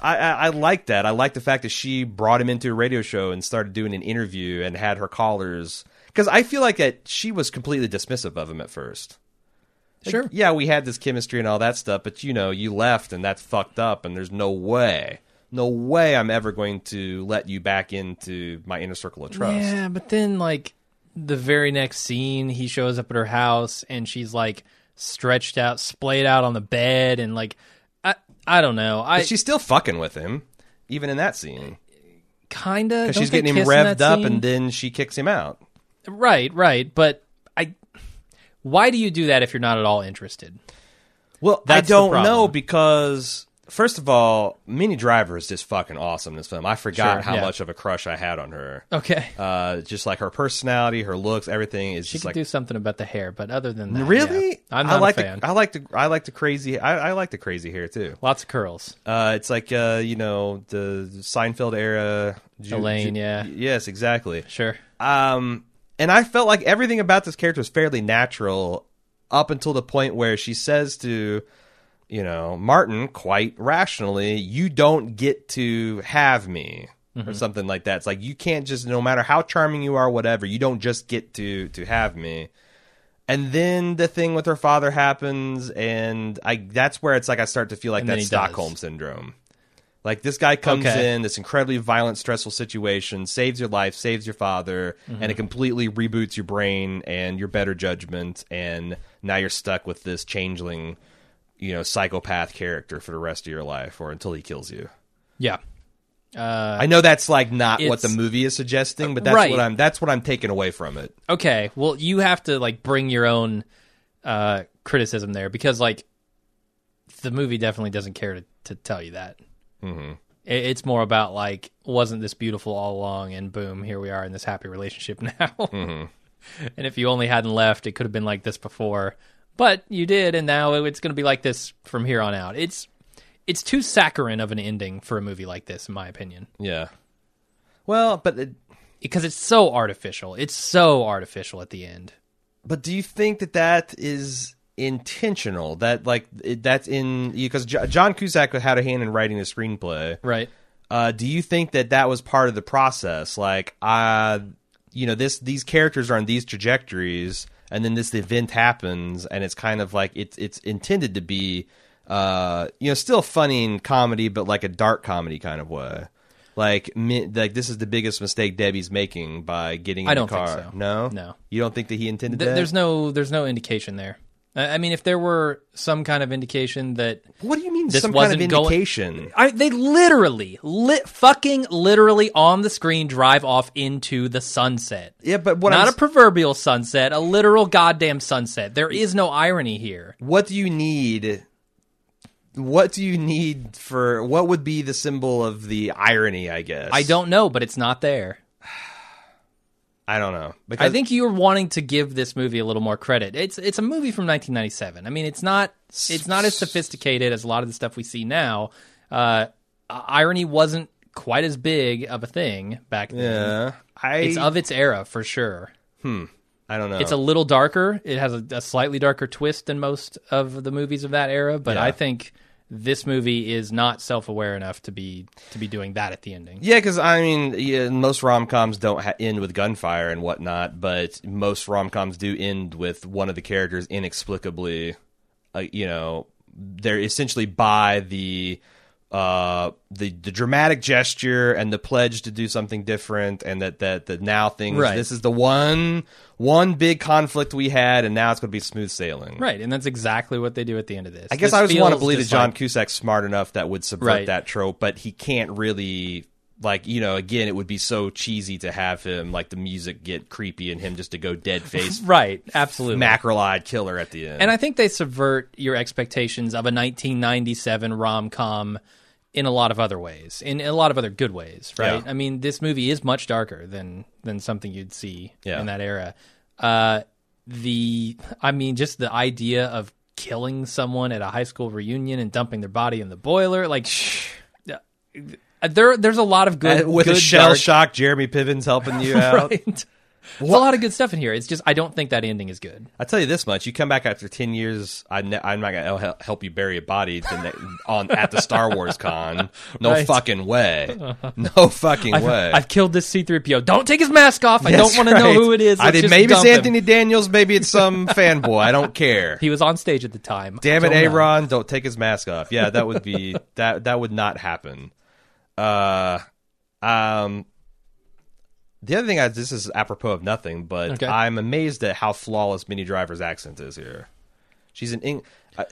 Speaker 2: I, I, I like that. I like the fact that she brought him into a radio show and started doing an interview and had her callers. Because I feel like that she was completely dismissive of him at first. Like,
Speaker 3: sure.
Speaker 2: Yeah, we had this chemistry and all that stuff, but you know, you left and that's fucked up, and there's no way, no way I'm ever going to let you back into my inner circle of trust.
Speaker 3: Yeah, but then like the very next scene, he shows up at her house and she's like stretched out, splayed out on the bed, and like I I don't know. I
Speaker 2: But she's still fucking with him, even in that scene.
Speaker 3: kinda
Speaker 2: 'Cause
Speaker 3: don't
Speaker 2: she's
Speaker 3: they
Speaker 2: getting him
Speaker 3: kiss in that
Speaker 2: revved up
Speaker 3: scene?
Speaker 2: and then she kicks him out.
Speaker 3: right, right. But I why do you do that if you're not at all interested?
Speaker 2: Well,
Speaker 3: That's
Speaker 2: I
Speaker 3: the
Speaker 2: don't
Speaker 3: problem.
Speaker 2: know because first of all, Minnie Driver is just fucking awesome in this film. I forgot
Speaker 3: Sure,
Speaker 2: how
Speaker 3: yeah.
Speaker 2: much of a crush I had on her.
Speaker 3: Okay.
Speaker 2: Uh, just like her personality, her looks, everything is
Speaker 3: She
Speaker 2: just
Speaker 3: could
Speaker 2: like
Speaker 3: do something about the hair, but other than that,
Speaker 2: really.
Speaker 3: yeah. I'm
Speaker 2: I
Speaker 3: not
Speaker 2: like
Speaker 3: a fan.
Speaker 2: The, I like the I like the crazy I, I like the crazy hair too.
Speaker 3: Lots of curls.
Speaker 2: Uh, it's like uh, you know the Seinfeld era. Ju-
Speaker 3: Elaine,
Speaker 2: Ju-
Speaker 3: yeah.
Speaker 2: Yes, exactly.
Speaker 3: Sure.
Speaker 2: Um, and I felt like everything about this character was fairly natural up until the point where she says to, you know, Martin quite rationally, you don't get to have me
Speaker 3: Mm-hmm.
Speaker 2: or something like that. It's like you can't just no matter how charming you are whatever, you don't just get to to have me. And then the thing with her father happens and I that's where it's like I start to feel like
Speaker 3: And then
Speaker 2: that
Speaker 3: he does.
Speaker 2: Stockholm syndrome. Like this guy comes
Speaker 3: Okay.
Speaker 2: in this incredibly violent, stressful situation, saves your life, saves your father, and it
Speaker 3: Mm-hmm.
Speaker 2: completely reboots your brain and your better judgment, and now you're stuck with this changeling, you know, psychopath character for the rest of your life or until he kills you.
Speaker 3: Yeah.
Speaker 2: I know that's like not what
Speaker 3: Uh, It's- uh,
Speaker 2: the movie is suggesting, but that's
Speaker 3: Right.
Speaker 2: what I'm that's what I'm taking away from it.
Speaker 3: okay well you have to like bring your own uh criticism there because like the movie definitely doesn't care to, to tell you that mm-hmm. it's more about like wasn't this beautiful all along and boom here we are in this happy relationship <laughs> now and if you only hadn't left it could have been like this before but you did and now it's going to be like this from here on out it's it's too saccharine of an ending for a movie like this in my opinion
Speaker 2: Yeah. Well, but uh, it,
Speaker 3: because it's so artificial. It's so artificial at the end.
Speaker 2: but do you think that that is intentional? That like it, that's in because Jo- John Cusack had a hand in writing the screenplay.
Speaker 3: Right.
Speaker 2: Uh, do you think that that was part of the process? Like, uh, you know, this these characters are on these trajectories, and then this event happens, and it's kind of like it's it's intended to be, uh, you know, still funny and comedy, but like a dark comedy kind of way. Like, mi- like this is the biggest mistake Debbie's making by getting in
Speaker 3: I don't
Speaker 2: the
Speaker 3: think
Speaker 2: car.
Speaker 3: so.
Speaker 2: No,
Speaker 3: No.
Speaker 2: you don't think that he intended
Speaker 3: Th-
Speaker 2: that?
Speaker 3: There's no there's no indication there. I I mean, if there were some kind of indication that
Speaker 2: What do you mean?
Speaker 3: This
Speaker 2: Some kind of
Speaker 3: wasn't going-
Speaker 2: indication.
Speaker 3: I, they literally, lit, fucking literally on the screen drive off into the sunset.
Speaker 2: Yeah, but what
Speaker 3: Not
Speaker 2: I'm
Speaker 3: a proverbial sunset, a literal goddamn sunset. There is no irony here.
Speaker 2: what do you need what do you need for what would be the symbol of the irony i guess
Speaker 3: I don't know, but it's not there.
Speaker 2: i don't know because
Speaker 3: I think you're wanting to give this movie a little more credit. It's it's a movie from 1997. I mean, it's not it's not as sophisticated as a lot of the stuff we see now. Uh, irony wasn't quite as big of a thing back then.
Speaker 2: yeah i
Speaker 3: It's of its era for sure.
Speaker 2: i don't know
Speaker 3: It's a little darker. It has a, a slightly darker twist than most of the movies of that era, but
Speaker 2: Yeah.
Speaker 3: I think this movie is not self-aware enough to be to be doing that at the ending.
Speaker 2: yeah because i mean yeah, most rom-coms don't ha- end with gunfire and whatnot but most rom-coms do end with one of the characters inexplicably uh, you know they're essentially by the uh the the dramatic gesture and the pledge to do something different and that that the now things
Speaker 3: Right.
Speaker 2: this is the one one big conflict we had and now it's going to be smooth sailing
Speaker 3: Right, and that's exactly what they do at the end of this.
Speaker 2: i guess
Speaker 3: This
Speaker 2: i just want to
Speaker 3: feels
Speaker 2: believe that
Speaker 3: just
Speaker 2: john
Speaker 3: like-
Speaker 2: cusack's smart enough that would subvert
Speaker 3: Right.
Speaker 2: that trope but he can't really like you know again it would be so cheesy to have him like the music get creepy and him just to go
Speaker 3: <laughs>
Speaker 2: dead face
Speaker 3: right, absolutely.
Speaker 2: mackerel-eyed killer at the end
Speaker 3: And I think they subvert your expectations of a 1997 rom com in a lot of other ways, in a lot of other good ways, right?
Speaker 2: Yeah.
Speaker 3: I mean, this movie is much darker than than something you'd see
Speaker 2: Yeah.
Speaker 3: in that era. Uh, the, I mean, just the idea of killing someone at a high school reunion and dumping their body in the boiler, like. uh, There, there's a lot of good
Speaker 2: Uh, with
Speaker 3: good
Speaker 2: a shell
Speaker 3: dark-
Speaker 2: shock jeremy piven's helping you out
Speaker 3: <laughs> Right. There's a lot of good stuff in here. It's just I don't think that ending is good.
Speaker 2: I tell you this much: you come back after ten years, I ne- I'm not gonna hel- help you bury a body the ne- on at the Star Wars
Speaker 3: <laughs>
Speaker 2: con. No
Speaker 3: Right.
Speaker 2: fucking
Speaker 3: <laughs>
Speaker 2: way. No fucking
Speaker 3: I've,
Speaker 2: way.
Speaker 3: I've killed this C3PO. Don't take his mask off. I
Speaker 2: That's
Speaker 3: don't want to know
Speaker 2: right.
Speaker 3: who it is.
Speaker 2: I
Speaker 3: Let's
Speaker 2: did.
Speaker 3: just
Speaker 2: Maybe it's
Speaker 3: dump him.
Speaker 2: Anthony Daniels. Maybe
Speaker 3: <laughs>
Speaker 2: it's some fanboy. I don't care.
Speaker 3: He was on stage at the time.
Speaker 2: Damn
Speaker 3: I
Speaker 2: it,
Speaker 3: don't know.
Speaker 2: Aaron! Don't take his mask off. Yeah, that would be <laughs> that. That would not happen. Uh, um, the other thing I this is apropos of nothing, but
Speaker 3: Okay.
Speaker 2: I'm amazed at how flawless Minnie Driver's accent is here. She's an Eng, I,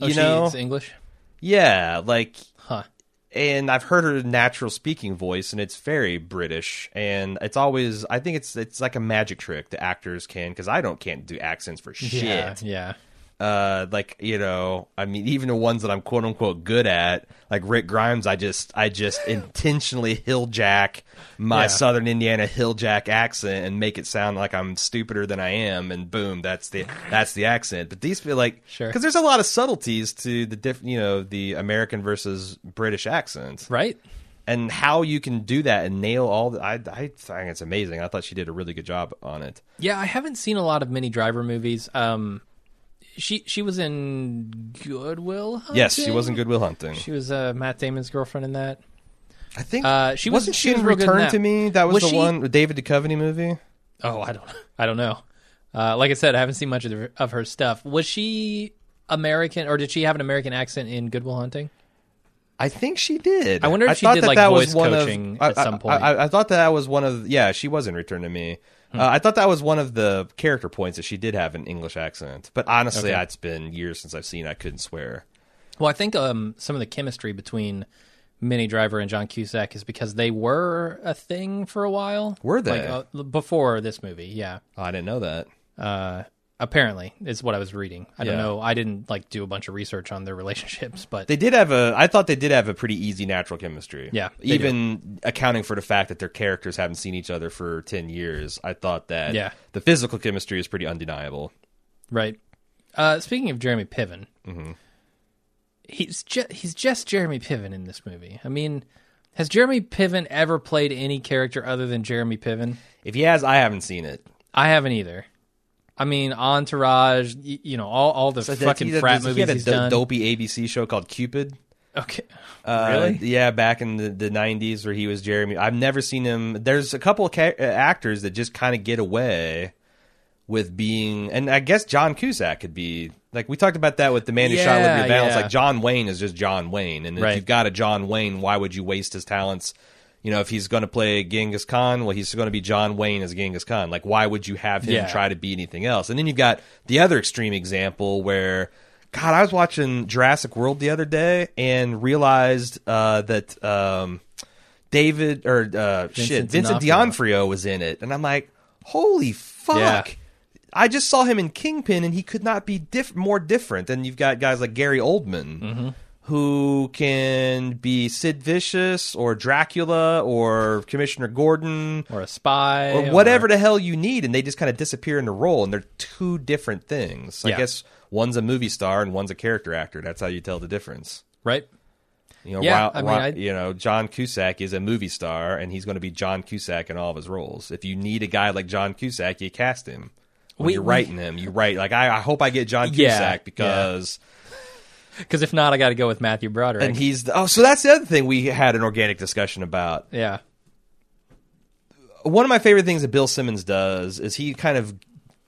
Speaker 3: Oh,
Speaker 2: you
Speaker 3: she
Speaker 2: know,
Speaker 3: is English.
Speaker 2: yeah, like,
Speaker 3: Huh.
Speaker 2: and I've heard her natural speaking voice, and it's very British, and it's always I think it's it's like a magic trick the actors can because I don't can't do accents for shit
Speaker 3: Yeah. Yeah.
Speaker 2: uh like you know i mean even the ones that i'm quote unquote good at like rick grimes i just i just intentionally hill jack my
Speaker 3: Yeah.
Speaker 2: southern indiana hill jack accent and make it sound like i'm stupider than i am and boom that's the that's the accent but these feel like
Speaker 3: Sure.
Speaker 2: because there's a lot of subtleties to the diff you know the american versus british accent
Speaker 3: Right.
Speaker 2: and how you can do that and nail all the i i think it's amazing i thought she did a really good job on it
Speaker 3: Yeah. I haven't seen a lot of Mini Driver movies. Um, she she was in Goodwill. Hunting?
Speaker 2: yes she wasn't goodwill hunting
Speaker 3: She was uh, Matt Damon's girlfriend in that.
Speaker 2: I think
Speaker 3: Uh, she was-
Speaker 2: wasn't
Speaker 3: she
Speaker 2: she
Speaker 3: was
Speaker 2: in
Speaker 3: real good in
Speaker 2: Return
Speaker 3: that.
Speaker 2: to Me. That was,
Speaker 3: Was
Speaker 2: the
Speaker 3: she-
Speaker 2: one with David Duchovny movie.
Speaker 3: Oh, I don't. <laughs> I don't know. Uh, like I said, I haven't seen much of, the, of her stuff. Was she American, or did she have an American accent in Goodwill Hunting?
Speaker 2: I think she did.
Speaker 3: I wonder if she
Speaker 2: thought
Speaker 3: did,
Speaker 2: that
Speaker 3: like,
Speaker 2: that
Speaker 3: voice
Speaker 2: was one
Speaker 3: coaching
Speaker 2: of, I-
Speaker 3: at some
Speaker 2: I-
Speaker 3: point. Hmm.
Speaker 2: I, I thought that was one of yeah. She was in Return to Me. Uh, I thought that was one of the character points that she did have an English accent. But honestly,
Speaker 3: Okay.
Speaker 2: it's been years since I've seen. it. I couldn't swear.
Speaker 3: Well, I think um, some of the chemistry between Minnie Driver and John Cusack is because they were a thing for a while.
Speaker 2: Were they?
Speaker 3: Like, uh, before this movie? Yeah.
Speaker 2: Oh, I didn't know that.
Speaker 3: Uh, apparently, is what I was reading. I don't
Speaker 2: Yeah.
Speaker 3: know. I didn't like do a bunch of research on their <laughs> relationships, but
Speaker 2: They did have a. I thought they did have a pretty easy natural chemistry.
Speaker 3: Yeah, they
Speaker 2: even accounting for the fact that their characters haven't seen each other for ten years, I thought that
Speaker 3: Yeah.
Speaker 2: the physical chemistry is pretty undeniable.
Speaker 3: right. Uh, speaking of Jeremy
Speaker 2: Mm-hmm.
Speaker 3: Piven, he's ju- he's just Jeremy Piven in this movie. I mean, Has Jeremy Piven ever played any character other than Jeremy Piven?
Speaker 2: If he has, I haven't seen it.
Speaker 3: I haven't either. I mean, Entourage, y- you know, all, all the
Speaker 2: So that-
Speaker 3: fucking
Speaker 2: he-
Speaker 3: frat
Speaker 2: he
Speaker 3: movies
Speaker 2: had a
Speaker 3: he's
Speaker 2: do-
Speaker 3: done.
Speaker 2: dopey ABC show called Cupid.
Speaker 3: Okay.
Speaker 2: Uh,
Speaker 3: <laughs> Really?
Speaker 2: Yeah, back in the, the 90s where he was Jeremy. I've never seen him. There's a couple of ca- uh, actors that just kind of get away with being. And I guess John Cusack could be. Like, we talked about that with The Man Who Shot
Speaker 3: Yeah,
Speaker 2: Liberty Valance.
Speaker 3: yeah.
Speaker 2: Like, John Wayne is just John Wayne. And if
Speaker 3: Right.
Speaker 2: you've got a John Wayne, why would you waste his talents? You know, if he's going to play Genghis Khan, well, he's going to be John Wayne as Genghis Khan. Like, why would you have him
Speaker 3: Yeah.
Speaker 2: try to be anything else? And then you've got the other extreme example where, God, I was watching Jurassic World the other day and realized uh, that um, David or uh, shit
Speaker 3: Vincent
Speaker 2: Vincent
Speaker 3: D'Onofrio.
Speaker 2: D'Onofrio was in it, and I'm like, holy fuck.
Speaker 3: Yeah.
Speaker 2: I just saw him in Kingpin, and he could not be diff- more different. And you've got guys like Gary Oldman,
Speaker 3: Mm-hmm.
Speaker 2: who can be Sid Vicious or Dracula or Commissioner Gordon
Speaker 3: Or a spy.
Speaker 2: or whatever the hell you need, and they just kind of disappear in the role, and they're two different things. So I
Speaker 3: Yeah.
Speaker 2: guess one's a movie star and one's a character actor. That's how you tell the difference.
Speaker 3: Right?
Speaker 2: You know,
Speaker 3: Yeah,
Speaker 2: while-
Speaker 3: I mean,
Speaker 2: while-
Speaker 3: I-
Speaker 2: you know, John Cusack is a movie star, and he's going to be John Cusack in all of his roles. If you need a guy like John Cusack, you cast him. When
Speaker 3: We-
Speaker 2: you're
Speaker 3: we-
Speaker 2: writing him, you write like I, I hope I get John
Speaker 3: Yeah,
Speaker 2: Cusack because
Speaker 3: Because if not, I got to go with Matthew Broderick.
Speaker 2: and he's the, oh so that's the other thing we had an organic discussion about
Speaker 3: yeah.
Speaker 2: one of my favorite things that Bill Simmons does is he kind of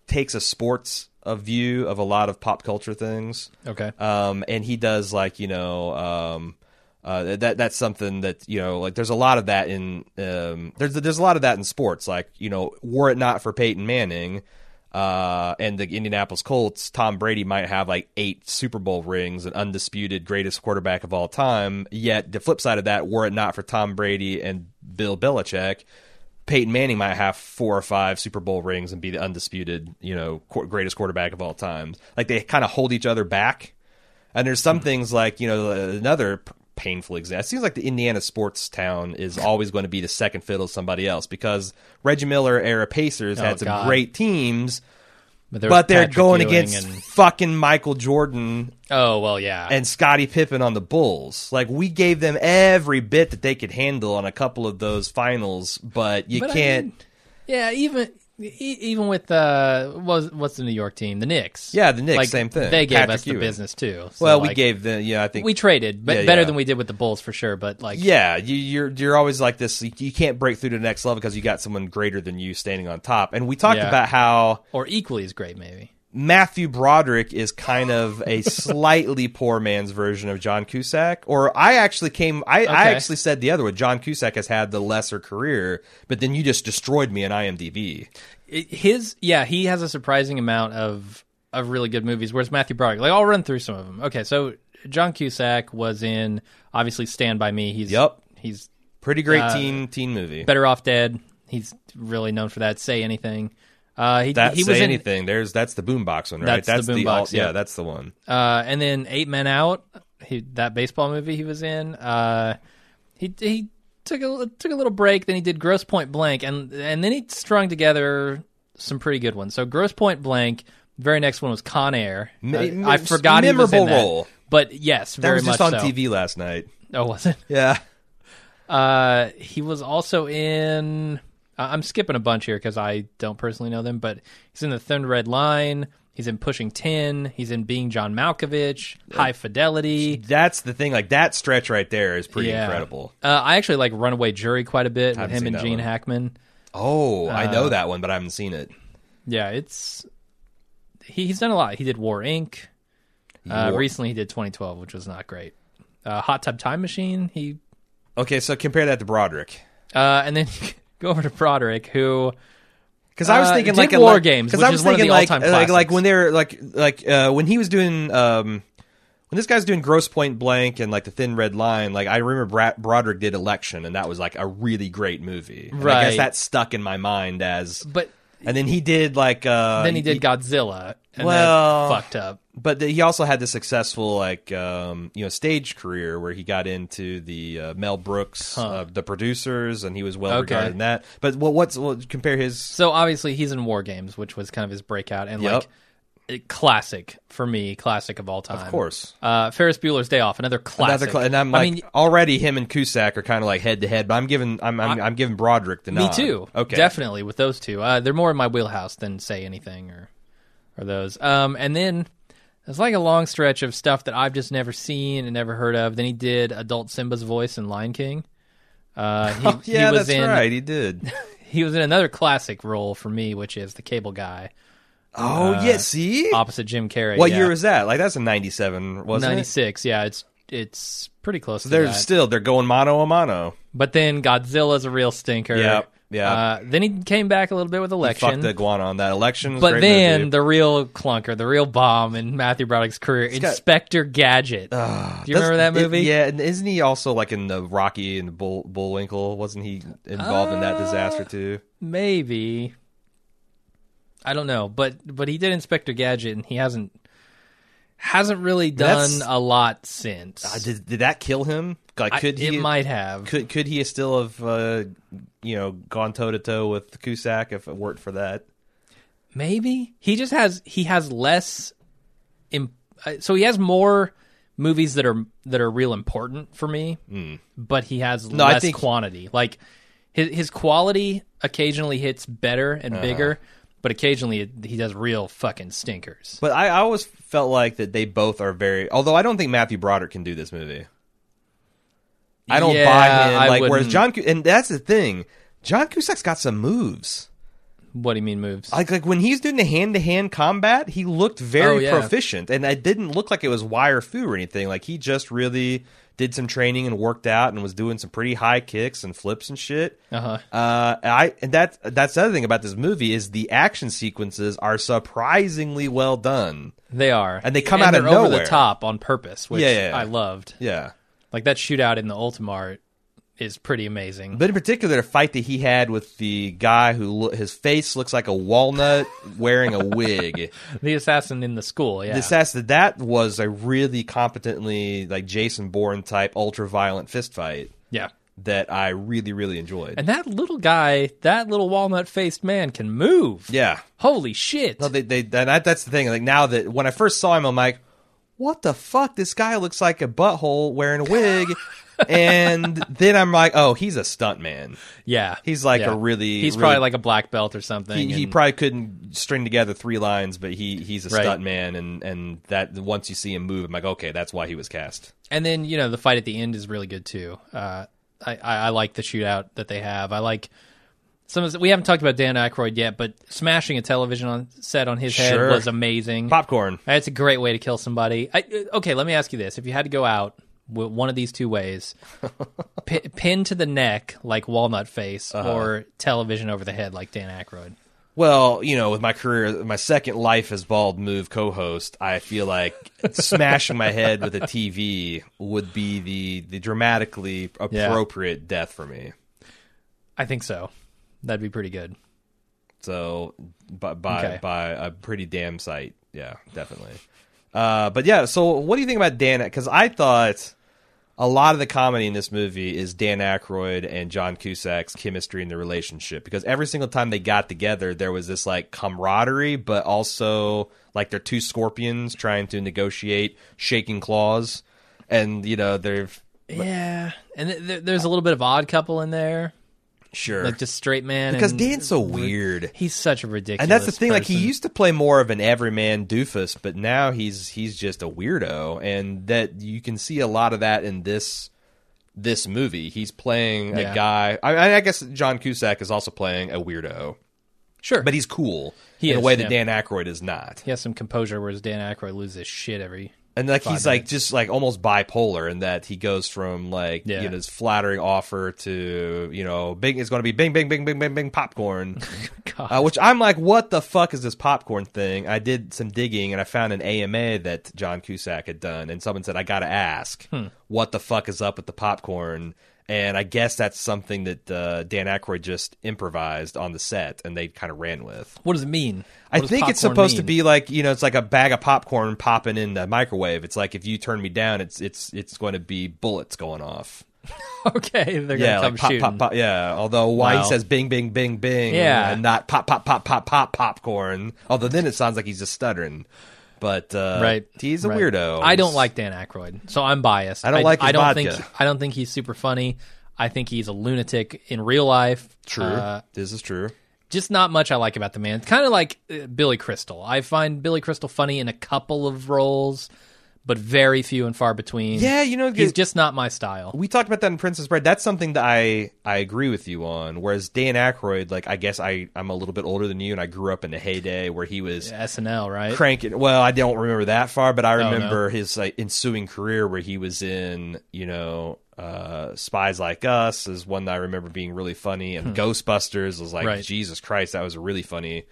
Speaker 2: takes a sports a view of a lot of pop culture things.
Speaker 3: Okay.
Speaker 2: Um, and he does like you know um, uh, that that's something that you know like there's a lot of that in um, there's there's a lot of that in sports like you know were it not for Peyton Manning uh, and the Indianapolis Colts Tom Brady might have like eight Super Bowl rings an undisputed greatest quarterback of all time yet the flip side of that were it not for Tom Brady and Bill Belichick Peyton Manning might have four or five Super Bowl rings and be the undisputed, you know, qu- greatest quarterback of all time. Like they kind of hold each other back. And there's some things like, you know, another p- painful example. It seems like the Indiana sports town is always going to be the second fiddle to somebody else because Reggie Miller era Pacers had
Speaker 3: Oh,
Speaker 2: some
Speaker 3: God.
Speaker 2: great teams,
Speaker 3: there was
Speaker 2: but they're
Speaker 3: Patrick
Speaker 2: going
Speaker 3: Ewing
Speaker 2: against
Speaker 3: and-
Speaker 2: fucking Michael Jordan
Speaker 3: oh, well, yeah.
Speaker 2: and Scottie Pippen on the Bulls. Like we gave them every bit that they could handle on a couple of those finals, but you
Speaker 3: But I
Speaker 2: can't.
Speaker 3: mean, yeah, even e- even with uh, was what's the New York team? The Knicks.
Speaker 2: Yeah, the Knicks,
Speaker 3: Like,
Speaker 2: same thing.
Speaker 3: They gave
Speaker 2: Patrick
Speaker 3: us the
Speaker 2: Ewing.
Speaker 3: business too. So,
Speaker 2: Well, we
Speaker 3: like,
Speaker 2: gave the yeah. I think
Speaker 3: we traded, but
Speaker 2: Yeah,
Speaker 3: better
Speaker 2: yeah.
Speaker 3: than we did with the Bulls for sure. But like,
Speaker 2: yeah. You, you're you're always like this. You, you can't break through to the next level because you got someone greater than you standing on top. And we talked
Speaker 3: Yeah.
Speaker 2: about how
Speaker 3: or equally as great, maybe.
Speaker 2: Matthew Broderick is kind of
Speaker 3: <laughs>
Speaker 2: a slightly poor man's version of John Cusack. Or I actually came. I, I
Speaker 3: Okay.
Speaker 2: actually said the other one. John Cusack has had the lesser career, but then you just destroyed me on IMDb.
Speaker 3: It- His yeah, he has a surprising amount of of really good movies. Where's Matthew Broderick? Like, I'll run through some of them. Okay, so John Cusack was in obviously Stand by Me. He's
Speaker 2: Yep.
Speaker 3: He's
Speaker 2: Pretty great
Speaker 3: Uh,
Speaker 2: teen teen movie.
Speaker 3: Better Off Dead. He's really known for that. Say anything. Uh, he
Speaker 2: That
Speaker 3: he
Speaker 2: say
Speaker 3: was in
Speaker 2: anything. There's that's the boombox one, right?
Speaker 3: That's the
Speaker 2: all-
Speaker 3: Boombox,
Speaker 2: yeah,
Speaker 3: yep.
Speaker 2: that's the one.
Speaker 3: Uh, and then Eight Men Out, he, that baseball movie he was in. Uh, he he took a took a little break. Then he did Gross Point Blank, and and then he strung together some pretty good ones. So Gross Point Blank. Very next one was Con Air.
Speaker 2: Me-
Speaker 3: Uh,
Speaker 2: me-
Speaker 3: I forgot he was in
Speaker 2: memorable
Speaker 3: that.
Speaker 2: role.
Speaker 3: but yes,
Speaker 2: That
Speaker 3: very
Speaker 2: was just
Speaker 3: much
Speaker 2: on
Speaker 3: so.
Speaker 2: TV last night.
Speaker 3: Oh, was
Speaker 2: <laughs>
Speaker 3: it?
Speaker 2: Yeah.
Speaker 3: Uh, he was also in. I- I'm skipping a bunch here because I don't personally know them, but he's in the Thin Red Line. He's in Pushing Ten. He's in Being John Malkovich. High Fidelity.
Speaker 2: That's the thing. Like that stretch right there is pretty
Speaker 3: Yeah.
Speaker 2: incredible.
Speaker 3: Uh, I actually like Runaway Jury quite a bit with
Speaker 2: haven't
Speaker 3: him
Speaker 2: seen
Speaker 3: and
Speaker 2: that
Speaker 3: Gene
Speaker 2: one.
Speaker 3: Hackman.
Speaker 2: Oh, I
Speaker 3: Uh,
Speaker 2: know that one, but I haven't seen it.
Speaker 3: Yeah, it's he, he's done a lot. He did War Inc. Uh,
Speaker 2: War-
Speaker 3: recently, he did 2012, which was not great. Uh, Hot Tub Time Machine. He
Speaker 2: Okay, so compare that to Broderick.
Speaker 3: uh, and then <laughs> go over to Broderick, who
Speaker 2: Because I was
Speaker 3: Uh,
Speaker 2: thinking
Speaker 3: did
Speaker 2: like a-
Speaker 3: War
Speaker 2: like-
Speaker 3: Games,
Speaker 2: 'cause
Speaker 3: which
Speaker 2: I was
Speaker 3: is one of
Speaker 2: thinking
Speaker 3: the
Speaker 2: like, uh,
Speaker 3: all-time
Speaker 2: like like
Speaker 3: classics.
Speaker 2: when they're like like uh, when he was doing um when this guy's doing Gross Point Blank and like the Thin Red Line. Like I remember Bra- Broderick did Election, and that was like a really great movie. And I guess
Speaker 3: Right.
Speaker 2: that stuck in my mind as.
Speaker 3: but
Speaker 2: And then he did like uh
Speaker 3: then he did Godzilla. And
Speaker 2: Well-
Speaker 3: that fucked up.
Speaker 2: but the, he also had the successful like um, you know stage career where he got into the uh, Mel Brooks, uh, the producers, and he was well
Speaker 3: Okay.
Speaker 2: regarded in that. But what what's what, compare his?
Speaker 3: So obviously, he's in War Games, which was kind of his breakout, and
Speaker 2: Yep.
Speaker 3: like classic for me, classic of all time.
Speaker 2: Of course.
Speaker 3: Uh, Ferris Bueller's Day Off, another classic.
Speaker 2: Another cla- and I'm
Speaker 3: I
Speaker 2: like
Speaker 3: mean,
Speaker 2: already him and Cusack are kind of like head to head, but I'm giving I'm I'm, I'm giving Broderick the
Speaker 3: me
Speaker 2: nod.
Speaker 3: too.
Speaker 2: Okay,
Speaker 3: definitely with those two. Uh, they're more in my wheelhouse than say anything or or those. Um, and then there's like a long stretch of stuff that I've just never seen and never heard of. Then he did Adult Simba's voice in Lion King. Uh,
Speaker 2: <laughs>
Speaker 3: he, he
Speaker 2: Oh, Yeah,
Speaker 3: was
Speaker 2: that's
Speaker 3: in,
Speaker 2: right.
Speaker 3: <laughs>
Speaker 2: He did.
Speaker 3: He was in another classic role for me, which is the Cable Guy,
Speaker 2: Oh yeah, see.
Speaker 3: opposite Jim Carrey.
Speaker 2: What
Speaker 3: Uh, yeah.
Speaker 2: year was that? Like that's a '97, wasn't it?
Speaker 3: 96. Yeah, it's it's pretty close to
Speaker 2: They're
Speaker 3: that.
Speaker 2: still they're going mono a mono.
Speaker 3: but then Godzilla's a real stinker.
Speaker 2: Yep, yep.
Speaker 3: Uh, then he came back a little bit with
Speaker 2: Fuck
Speaker 3: election.
Speaker 2: the iguana on that election. was a
Speaker 3: but
Speaker 2: great
Speaker 3: then
Speaker 2: movie.
Speaker 3: the real clunker, the real bomb in Matthew Broderick's career,
Speaker 2: got- Uh.
Speaker 3: Inspector Gadget. Do you
Speaker 2: Ah, That's-
Speaker 3: remember that
Speaker 2: it-
Speaker 3: movie?
Speaker 2: yeah, and isn't he also like in the Rocky and Bull Bullwinkle? Wasn't he involved in
Speaker 3: Uh,
Speaker 2: that disaster too?
Speaker 3: Maybe. I don't know, but but he did Inspector Gadget, and he hasn't hasn't really done
Speaker 2: That's-
Speaker 3: a lot since.
Speaker 2: Uh, did, did that kill him? Like,
Speaker 3: I-
Speaker 2: could
Speaker 3: it
Speaker 2: he?
Speaker 3: might have.
Speaker 2: could could he still have uh, you know gone toe to toe with Cusack if it weren't for that?
Speaker 3: Maybe he just has he has less, imp- uh, so he has more movies that are that are real important for me, but he has
Speaker 2: Hmm. No, I
Speaker 3: less
Speaker 2: think-
Speaker 3: quantity. Like his his quality occasionally hits better and
Speaker 2: Uh-huh.
Speaker 3: bigger, but occasionally it, he does real fucking stinkers.
Speaker 2: But I, I always felt like that they both are very. Although I don't think Matthew Broderick can do this movie. I don't
Speaker 3: Yeah,
Speaker 2: buy him.
Speaker 3: I
Speaker 2: Like whereas
Speaker 3: wouldn't.
Speaker 2: John Cu- and that's the thing, John Cusack's got some moves.
Speaker 3: What do you mean moves?
Speaker 2: Like like when he's doing the hand to hand combat, he looked very
Speaker 3: Oh, yeah.
Speaker 2: proficient, and it didn't look like it was wire foo or anything. Like he just really did some training and worked out and was doing some pretty high kicks and flips and shit.
Speaker 3: Uh-huh.
Speaker 2: Uh, I and that that's the other thing about this movie is the action sequences are surprisingly well done.
Speaker 3: they are,
Speaker 2: and they come out of
Speaker 3: they're over
Speaker 2: nowhere.
Speaker 3: the top on purpose, which
Speaker 2: Yeah, yeah, yeah.
Speaker 3: I loved.
Speaker 2: Yeah.
Speaker 3: Like that shootout in the Ultimart is pretty amazing.
Speaker 2: But in particular, the fight that he had with the guy who lo- his face looks like a walnut wearing a wig.
Speaker 3: the assassin in the school, yeah.
Speaker 2: The assassin that was a really competently like Jason Bourne type ultra violent fist fight
Speaker 3: yeah.
Speaker 2: that I really really enjoyed.
Speaker 3: And that little guy, that little walnut faced man can move.
Speaker 2: yeah,
Speaker 3: Holy shit.
Speaker 2: no, they they and that, that's the thing. Like now that when I first saw him, I'm like, what the fuck? This guy looks like a butthole wearing a wig.
Speaker 3: <laughs>
Speaker 2: and then I'm like, oh, he's a stunt man.
Speaker 3: yeah.
Speaker 2: He's like
Speaker 3: Yeah.
Speaker 2: a really
Speaker 3: He's
Speaker 2: really-
Speaker 3: probably like a black belt or something.
Speaker 2: he, he
Speaker 3: and-
Speaker 2: probably couldn't string together three lines, but he he's a
Speaker 3: Right.
Speaker 2: stunt man, and and that once you see him move, I'm like, okay, that's why he was cast.
Speaker 3: and then, you know, the fight at the end is really good too. Uh, I, I, I like the shootout that they have. I like some of the, we haven't talked about Dan Aykroyd yet, but smashing a television on set on his head
Speaker 2: Sure.
Speaker 3: was amazing.
Speaker 2: Popcorn.
Speaker 3: That's a great way to kill somebody. I, uh, okay, let me ask you this: If you had to go out w- one of these two
Speaker 2: <laughs>
Speaker 3: ways, pi pin to the neck like Walnut Face,
Speaker 2: Uh-huh.
Speaker 3: or television over the head like Dan Aykroyd,
Speaker 2: Well, you know, with my career, my second life as bald move co-host, I feel
Speaker 3: <laughs>
Speaker 2: like smashing my head with a TV would be the the dramatically
Speaker 3: Yeah.
Speaker 2: appropriate death for me.
Speaker 3: I think so. That'd be pretty good.
Speaker 2: So by by,
Speaker 3: Okay.
Speaker 2: by a pretty damn sight, yeah, definitely. Uh, but yeah, so what do you think about Dan? Because I thought a lot of the comedy in this movie is Dan Aykroyd and John Cusack's chemistry and their relationship. Because every single time they got together, there was this like camaraderie, but also like they're two scorpions trying to negotiate, shaking claws, and you know they're
Speaker 3: Yeah, and th- th- there's a little bit of odd couple in there,
Speaker 2: sure
Speaker 3: like just straight man.
Speaker 2: because
Speaker 3: and
Speaker 2: Dan's so weird.
Speaker 3: he's such a ridiculous.
Speaker 2: and that's the thing like he
Speaker 3: person.
Speaker 2: used to play more of an everyman doofus but now he's he's just a weirdo and that you can see a lot of that in this this movie he's playing a
Speaker 3: Yeah.
Speaker 2: guy I, I guess john cusack is also playing a weirdo
Speaker 3: sure,
Speaker 2: but he's cool
Speaker 3: He
Speaker 2: in a
Speaker 3: is,
Speaker 2: way that
Speaker 3: yeah.
Speaker 2: dan Aykroyd is not
Speaker 3: he has some composure, whereas Dan Aykroyd loses shit every.
Speaker 2: and like he's like just like almost bipolar in that he goes from like
Speaker 3: Yeah.
Speaker 2: you know this flattering offer to you know big it's going to be bing bing bing bing bing bing
Speaker 3: <laughs>
Speaker 2: popcorn
Speaker 3: God.
Speaker 2: uh, which I'm like, what the fuck is this popcorn thing? I did some digging and I found an AMA that John Cusack had done, and someone said I gotta ask,
Speaker 3: Hmm.
Speaker 2: what the fuck is up with the popcorn? And I guess that's something that uh, Dan Aykroyd just improvised on the set, and they kind of ran with.
Speaker 3: What does it mean?
Speaker 2: I
Speaker 3: What does
Speaker 2: think it's
Speaker 3: popcorn
Speaker 2: supposed to
Speaker 3: mean?
Speaker 2: be like you know, it's like a bag of popcorn popping in the microwave. It's like if you turn me down, it's it's it's going to be bullets going off.
Speaker 3: <laughs> okay, they're
Speaker 2: yeah,
Speaker 3: gonna come
Speaker 2: like pop,
Speaker 3: shooting.
Speaker 2: pop, pop. Yeah. Although why
Speaker 3: Wow.
Speaker 2: he says bing, bing, bing, bing,
Speaker 3: Yeah.
Speaker 2: and not pop, pop, pop, pop, pop, popcorn. Although then it sounds like he's just stuttering. But uh,
Speaker 3: Right,
Speaker 2: he's a
Speaker 3: right.
Speaker 2: weirdo.
Speaker 3: I don't like Dan Aykroyd, so I'm biased.
Speaker 2: I don't like his
Speaker 3: I don't
Speaker 2: vodka.
Speaker 3: think. I don't think he's super funny. I think he's a lunatic in real life.
Speaker 2: True.
Speaker 3: Uh,
Speaker 2: this is true.
Speaker 3: just not much I like about the man. It's kind of like uh, Billy Crystal. I find Billy Crystal funny in a couple of roles, but very few and far between.
Speaker 2: Yeah, you know,
Speaker 3: he's
Speaker 2: it-
Speaker 3: just not my style.
Speaker 2: We talked about that in Princess Bride. That's something that I I agree with you on. Whereas Dan Aykroyd, like I guess I I'm a little bit older than you, and I grew up in the heyday where he was
Speaker 3: SNL, right?
Speaker 2: cranking. Well, I don't remember that far, but I
Speaker 3: Oh, no.
Speaker 2: remember his like, ensuing career where he was in, you know, uh, Spies Like Us is one that I remember being really funny, and Ghostbusters was like
Speaker 3: Hmm. Right.
Speaker 2: Jesus Christ, that was really funny.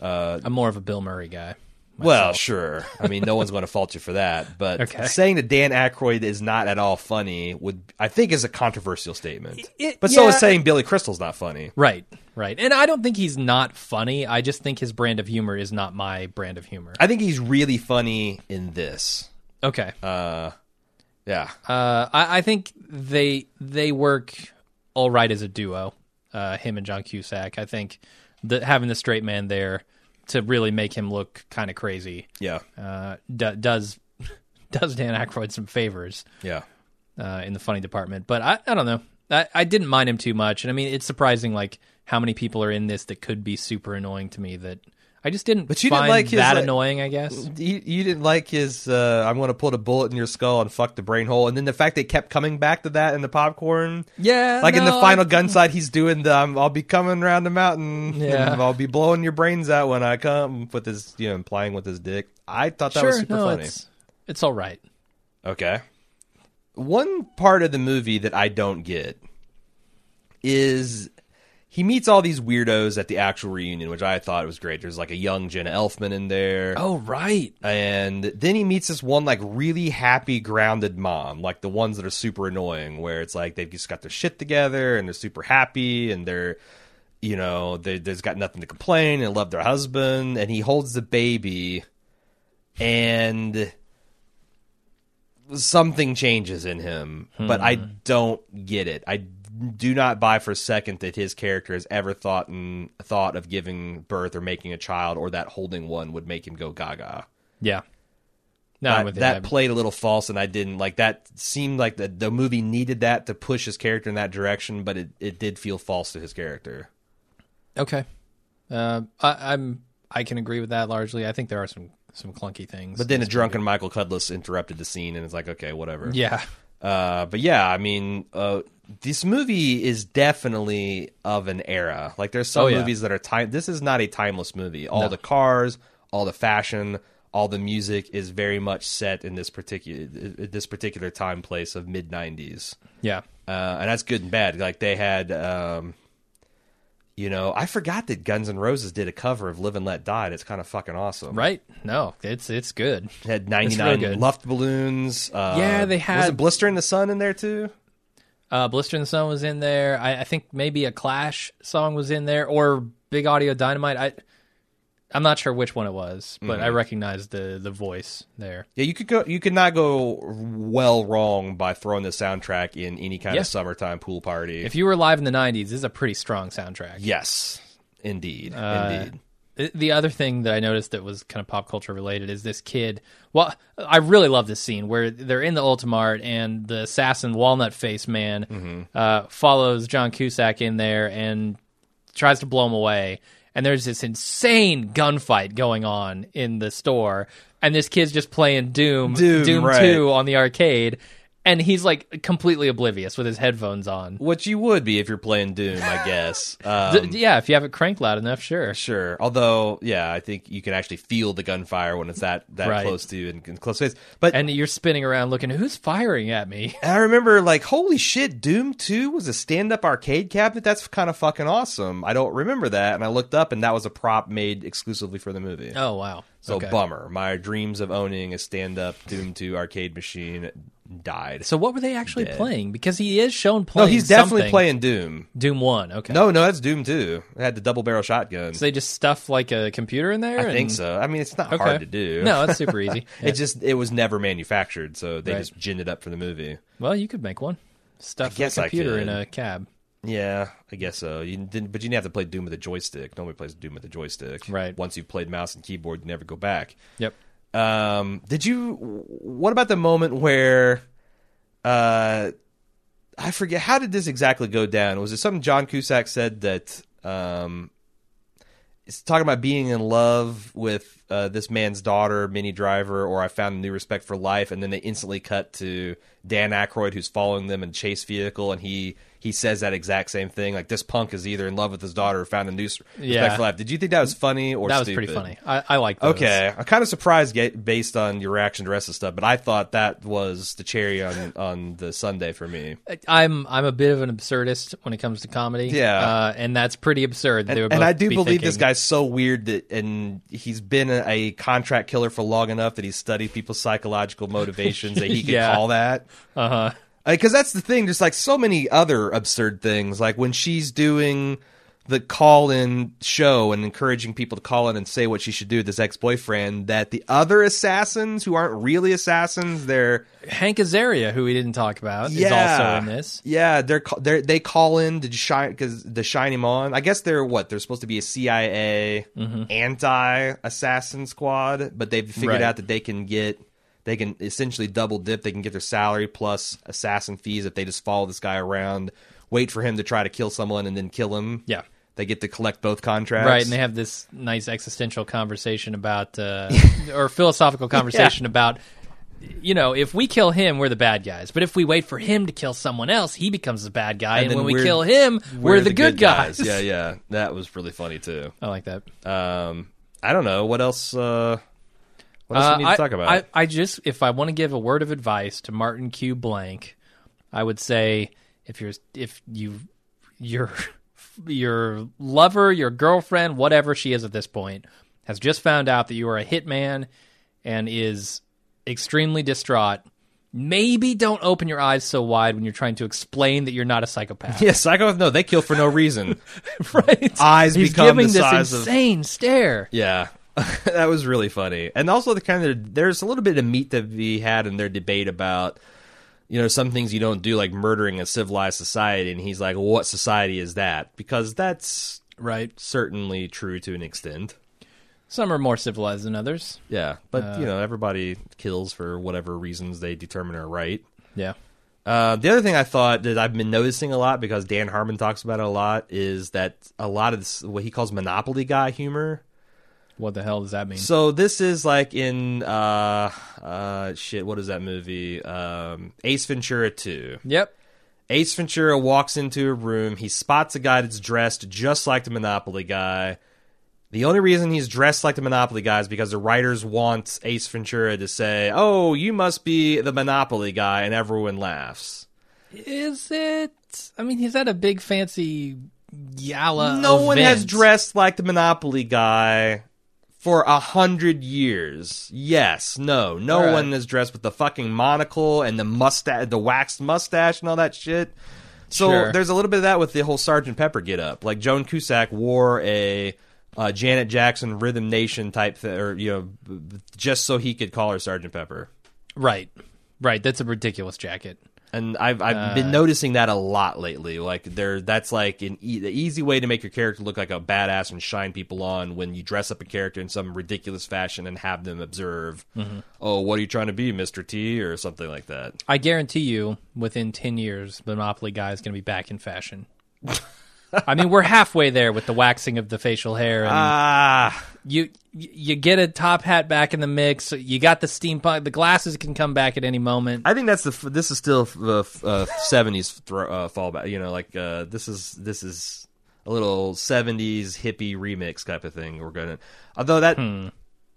Speaker 3: I'm more of a Bill Murray guy.
Speaker 2: Well, sure. I mean, no one's going to fault you for that,
Speaker 3: <laughs>
Speaker 2: but
Speaker 3: Okay.
Speaker 2: saying that Dan Aykroyd is not at all funny would, I think, is a controversial statement.
Speaker 3: it-
Speaker 2: but so is
Speaker 3: yeah.
Speaker 2: saying Billy Crystal's not funny.
Speaker 3: Right, right. And I don't think he's not funny. I just think his brand of humor is not my brand of humor.
Speaker 2: I think he's really funny in this.
Speaker 3: Okay.
Speaker 2: Yeah,
Speaker 3: Uh, I, I think they they work all right as a duo. Uh, him and John Cusack. I think that having the straight man there to really make him look kind of crazy
Speaker 2: yeah,
Speaker 3: uh, d- does <laughs> does Dan Aykroyd some favors
Speaker 2: yeah.
Speaker 3: uh, in the funny department. But I, I don't know. I, I didn't mind him too much, and I mean it's surprising like how many people are in this that could be super annoying to me that I just didn't.
Speaker 2: But you didn't
Speaker 3: find
Speaker 2: like his,
Speaker 3: that
Speaker 2: uh,
Speaker 3: annoying, I guess.
Speaker 2: You, you didn't like his uh, i'm going to put a bullet in your skull and fuck the brain hole and then the fact they kept coming back to that in the popcorn
Speaker 3: Yeah,
Speaker 2: like in the
Speaker 3: no,
Speaker 2: final gun sight he's doing the I'm, i'll be coming around the mountain
Speaker 3: Yeah.
Speaker 2: and i'll be blowing your brains out when i come with his you know implying with his dick i thought that
Speaker 3: sure,
Speaker 2: was super
Speaker 3: no,
Speaker 2: funny
Speaker 3: it's it's all right.
Speaker 2: okay one part of the movie that i don't get is he meets all these weirdos at the actual reunion, which I thought was great. There's like a young Jenna Elfman in there.
Speaker 3: Oh right,
Speaker 2: And then he meets this one like really happy, grounded mom, like the ones that are super annoying, where it's like they've just got their shit together and they're super happy and they're, you know, they, they've got nothing to complain and love their husband. And he holds the baby, and something changes in him, but I don't get it. I do not buy for a second that his character has ever thought and thought of giving birth or making a child, or that holding one would make him go gaga
Speaker 3: yeah. No, I'm
Speaker 2: that,
Speaker 3: with you.
Speaker 2: that
Speaker 3: I-
Speaker 2: played a little false and i didn't like that seemed like the, the movie needed that to push his character in that direction but it, it did feel false to his character
Speaker 3: Okay, uh, I, I'm I can agree with that largely. I think there are some some clunky things,
Speaker 2: but then a drunken michael cudlitz interrupted the scene and it's like okay whatever
Speaker 3: yeah,
Speaker 2: uh, but yeah i mean uh, this movie is definitely of an era like there's some
Speaker 3: Oh, yeah.
Speaker 2: movies that are time this is not a timeless movie all
Speaker 3: No.
Speaker 2: the cars all the fashion all the music is very much set in this particular this particular time place of mid 90s
Speaker 3: yeah,
Speaker 2: uh, and that's good and bad. Like they had, um, you know, I forgot that Guns N' Roses did a cover of "Live and Let Die." That's kind of fucking awesome.
Speaker 3: right. No, it's it's good.
Speaker 2: It had
Speaker 3: real
Speaker 2: ninety nine
Speaker 3: good.
Speaker 2: luft balloons. Uh,
Speaker 3: Yeah, they
Speaker 2: was
Speaker 3: had-
Speaker 2: it Blister in the Sun in there too.
Speaker 3: Uh, Blister and the Sun was in there. I, I think maybe a Clash song was in there or Big Audio Dynamite. I I'm not sure which one it was, but
Speaker 2: Mm-hmm.
Speaker 3: I recognized the the voice there.
Speaker 2: Yeah, you could go. You could not go well wrong by throwing the soundtrack in any kind
Speaker 3: Yeah.
Speaker 2: of summertime pool party.
Speaker 3: If you were live in the '90s, this is a pretty strong soundtrack.
Speaker 2: yes, indeed,
Speaker 3: Uh,
Speaker 2: indeed.
Speaker 3: The- the other thing that I noticed that was kind of pop culture related is this kid. Well, I really love this scene where they're in the Ultimart and the assassin Walnut Face man
Speaker 2: Mm-hmm.
Speaker 3: uh, follows John Cusack in there and tries to blow him away. And there's this insane gunfight going on in the store, and this kid's just playing Doom,
Speaker 2: Doom, right.
Speaker 3: Two on the arcade, and he's like completely oblivious with his headphones on.
Speaker 2: Which you would be if you're playing Doom, I
Speaker 3: <laughs>
Speaker 2: guess. Um,
Speaker 3: Th- yeah, if you have it cranked loud enough, sure.
Speaker 2: Sure. Although, yeah, I think you can actually feel the gunfire when it's that that
Speaker 3: Right.
Speaker 2: close to you and, and close space. But
Speaker 3: And you're spinning around looking, who's firing at me? <laughs>
Speaker 2: I remember, like, holy shit, Doom Two was a stand up arcade cabinet. That's kind of fucking awesome. I don't remember that, and I looked up, and that was a prop made exclusively for the movie.
Speaker 3: Oh wow!
Speaker 2: so
Speaker 3: Okay.
Speaker 2: bummer. My dreams of owning a stand up Doom Two arcade machine died.
Speaker 3: So what were they actually
Speaker 2: Dead.
Speaker 3: playing? Because he is shown
Speaker 2: no,
Speaker 3: playing.
Speaker 2: he's definitely
Speaker 3: something.
Speaker 2: playing Doom.
Speaker 3: Doom One. Okay.
Speaker 2: No, no, that's Doom Two. It had the double barrel shotgun.
Speaker 3: So they just stuff like a computer in there.
Speaker 2: I think
Speaker 3: and-
Speaker 2: so. I mean, it's not
Speaker 3: Okay.
Speaker 2: hard to do.
Speaker 3: No, it's super
Speaker 2: <laughs>
Speaker 3: easy. Yeah.
Speaker 2: It just it was never manufactured, so they
Speaker 3: Right.
Speaker 2: just ginned it up for the movie.
Speaker 3: well, you could make one. stuff
Speaker 2: guess
Speaker 3: a
Speaker 2: I
Speaker 3: computer in
Speaker 2: could.
Speaker 3: a cab.
Speaker 2: Yeah, I guess so. You didn't, but you didn't have to play Doom with a joystick. Nobody plays Doom with a joystick.
Speaker 3: Right.
Speaker 2: Once you've played mouse and keyboard, you never go back.
Speaker 3: Yep.
Speaker 2: Um, did you? What about the moment where? Uh, I forget how did this exactly go down. Was it something John Cusack said that? Um, it's talking about being in love with uh, this man's daughter, Minnie Driver, or I found a new respect for life, and then they instantly cut to Dan Aykroyd who's following them in chase vehicle, and he he says that exact same thing. Like this punk is either in love with his daughter or found a new s- respect
Speaker 3: Yeah.
Speaker 2: for life. Did you think that was funny or
Speaker 3: That was
Speaker 2: stupid?
Speaker 3: pretty funny. I, I like those.
Speaker 2: Okay, I'm kind of surprised get, based on your reaction to the rest of the stuff, but I thought that was the cherry on on the Sunday for me.
Speaker 3: I'm I'm a bit of an absurdist when it comes to comedy.
Speaker 2: Yeah.
Speaker 3: uh, and that's pretty absurd.
Speaker 2: And,
Speaker 3: they would
Speaker 2: and
Speaker 3: both
Speaker 2: I do
Speaker 3: be
Speaker 2: believe this
Speaker 3: thinking-
Speaker 2: guy's so weird that, and he's been a, a contract killer for long enough that he's studied people's psychological motivations that
Speaker 3: <laughs>
Speaker 2: he could
Speaker 3: Yeah. Uh-huh.
Speaker 2: call that. Uh huh. Because that's the thing. There's like so many other absurd things. Like when she's doing the call in show and encouraging people to call in and say what she should do with this ex boyfriend, that the other assassins who aren't really assassins, they're
Speaker 3: Hank Azaria, who we didn't talk about, is also in this.
Speaker 2: Yeah, they're ca- they they call in to shine because to shine him on. I guess they're what they're supposed to be a CIA anti assassin squad, but they've figured
Speaker 3: Mm-hmm. Right.
Speaker 2: out that they can get they can essentially double dip. They can get their salary plus assassin fees if they just follow this guy around, wait for him to try to kill someone, and then kill him.
Speaker 3: Yeah.
Speaker 2: they get to collect both contracts.
Speaker 3: Right, and they have this nice existential conversation about,
Speaker 2: <laughs>
Speaker 3: uh, or philosophical conversation about, you know, if we kill him, we're the bad guys. But if we wait for him to kill someone else, he becomes the bad guy.
Speaker 2: And
Speaker 3: And,
Speaker 2: then
Speaker 3: when we
Speaker 2: we're-
Speaker 3: kill him, we're, the, good, guys.
Speaker 2: Yeah, yeah, that was really funny too.
Speaker 3: <laughs> I like that.
Speaker 2: Um, I don't know what else. Uh, what else
Speaker 3: Uh,
Speaker 2: we need to
Speaker 3: I,
Speaker 2: talk about?
Speaker 3: I, I just, if I want to give a word of advice to Martin Q. Blank, I would say if you're, if you, your, your lover, your girlfriend, whatever she is at this point, has just found out that you are a hitman and is extremely distraught. Maybe don't open your eyes so wide when you're trying to explain that you're not a psychopath.
Speaker 2: <laughs> Yeah, psychopath. No, they kill for no reason.
Speaker 3: right?
Speaker 2: Eyes
Speaker 3: He's
Speaker 2: become
Speaker 3: giving
Speaker 2: the size
Speaker 3: this
Speaker 2: of-
Speaker 3: insane stare.
Speaker 2: yeah, <laughs> that was really funny, and also the kind of there's a little bit of meat to be had in their debate about you know some things you don't do, like murdering a civilized society. And he's like, "What society is that?" Because that's
Speaker 3: Right.
Speaker 2: certainly true to an extent.
Speaker 3: Some are more civilized than others.
Speaker 2: Yeah, but you know everybody kills for whatever reasons they determine are right.
Speaker 3: Yeah.
Speaker 2: Uh, the other thing I thought that I've been noticing a lot because Dan Harmon talks about it a lot is that a lot of this, what he calls monopoly guy humor
Speaker 3: What the hell does that mean?
Speaker 2: So this is like in uh uh shit, what is that movie? Um Ace Ventura 2.
Speaker 3: Yep.
Speaker 2: Ace Ventura walks into a room, he spots a guy that's dressed just like the Monopoly guy. The only reason he's dressed like the Monopoly guy is because the writers want Ace Ventura to say, "Oh, you must be the Monopoly guy," and everyone laughs.
Speaker 3: Is it? I mean, he's at a big fancy gala.
Speaker 2: no one has
Speaker 3: event.
Speaker 2: dressed like the Monopoly guy for a hundred years. Yes, no, no
Speaker 3: All right.
Speaker 2: one has dressed with the fucking monocle and the mustache, the waxed mustache, and all that shit. So
Speaker 3: Sure.
Speaker 2: there's a little bit of that with the whole Sergeant Pepper get up. Like Joan Cusack wore a uh, Janet Jackson Rhythm Nation type, th- or you know, b- b- just so he could call her Sergeant Pepper.
Speaker 3: Right, right. That's a ridiculous jacket.
Speaker 2: And I've I've been noticing that a lot lately. Like there, that's like an e- the easy way to make your character look like a badass and shine people on when you dress up a character in some ridiculous fashion and have them observe. Oh, what are you trying to be, Mister T, or something like that?
Speaker 3: I guarantee you, within ten years, the Monopoly guy is going to be back in
Speaker 2: <laughs>
Speaker 3: fashion. I mean, we're halfway there with the waxing of the facial hair, and
Speaker 2: Ah,
Speaker 3: you you get a top hat back in the mix. You got the steampunk. The glasses can come back at any moment.
Speaker 2: I think that's the. f- This is still the uh, seventies thro- uh, fallback. You know, like uh, this is this is a little seventies hippie remix type of thing. We're gonna, although that.
Speaker 3: Hmm.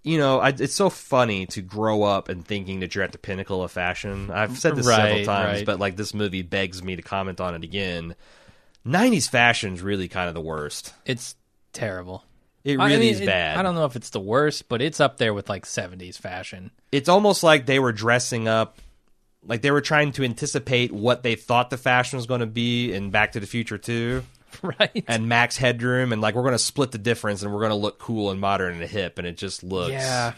Speaker 2: You know, I, it's so funny to grow up and thinking that you're at the pinnacle of fashion. I've said this several
Speaker 3: Right,
Speaker 2: times,
Speaker 3: right.
Speaker 2: but like this movie begs me to comment on it again. '90s fashion's really kind of the worst.
Speaker 3: It's terrible.
Speaker 2: It
Speaker 3: I
Speaker 2: really
Speaker 3: mean,
Speaker 2: is
Speaker 3: it-
Speaker 2: bad.
Speaker 3: I don't know if it's the worst, but it's up there with like '70s
Speaker 2: <laughs>
Speaker 3: fashion.
Speaker 2: it's almost like they were dressing up like they were trying to anticipate what they thought the fashion was going to be in back to the future 2
Speaker 3: Right.
Speaker 2: and max headroom and like we're going to split the difference and we're going to look cool and modern and hip and it just looks
Speaker 3: yeah.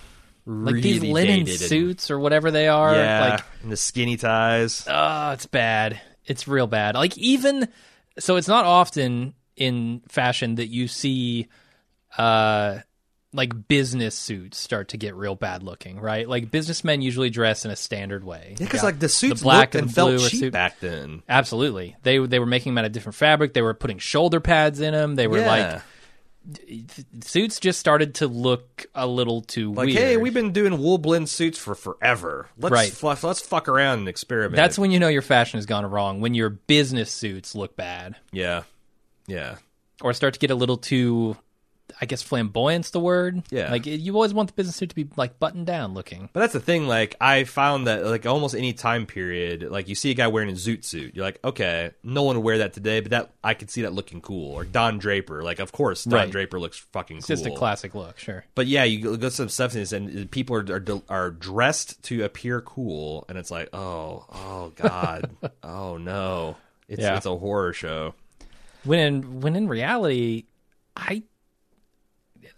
Speaker 2: really
Speaker 3: like these linen
Speaker 2: dated and-
Speaker 3: suits or whatever they are.
Speaker 2: yeah
Speaker 3: Like, Uh,
Speaker 2: and the skinny ties
Speaker 3: oh, it's bad. It's real bad. Like even so it's not often in fashion that you see uh like business suits start to get real bad looking, right? Like businessmen usually dress in a standard way.
Speaker 2: Because
Speaker 3: Yeah.
Speaker 2: like the suits
Speaker 3: black
Speaker 2: looked and,
Speaker 3: and the
Speaker 2: felt
Speaker 3: blue are
Speaker 2: cheap
Speaker 3: suit-
Speaker 2: back then.
Speaker 3: Absolutely. They they were making them out of different fabric. They were putting shoulder pads in them. They were
Speaker 2: yeah.
Speaker 3: like suits just started to look a little too
Speaker 2: Like,
Speaker 3: weird.
Speaker 2: hey, we've been doing wool blend suits for forever. Let's
Speaker 3: Right.
Speaker 2: fluff, let's fuck around and experiment.
Speaker 3: That's when you know your fashion has gone wrong when your business suits look bad
Speaker 2: yeah, yeah.
Speaker 3: or start to get a little too I guess flamboyant's the word.
Speaker 2: Yeah.
Speaker 3: Like you always want the business suit to be like buttoned down looking.
Speaker 2: But that's the thing. Like I found that like almost any time period, like you see a guy wearing a zoot suit, you're like, okay, no one would wear that today, but that I could see that looking cool. Or Don Draper, like of course Don
Speaker 3: Right.
Speaker 2: Draper looks fucking
Speaker 3: It's
Speaker 2: cool.
Speaker 3: just a classic look, sure.
Speaker 2: But yeah, you go- go to some substance and people are, are are dressed to appear cool, and it's like, oh, oh
Speaker 3: <laughs>
Speaker 2: god, oh no, it's
Speaker 3: Yeah.
Speaker 2: it's a horror show.
Speaker 3: When in, when in reality, I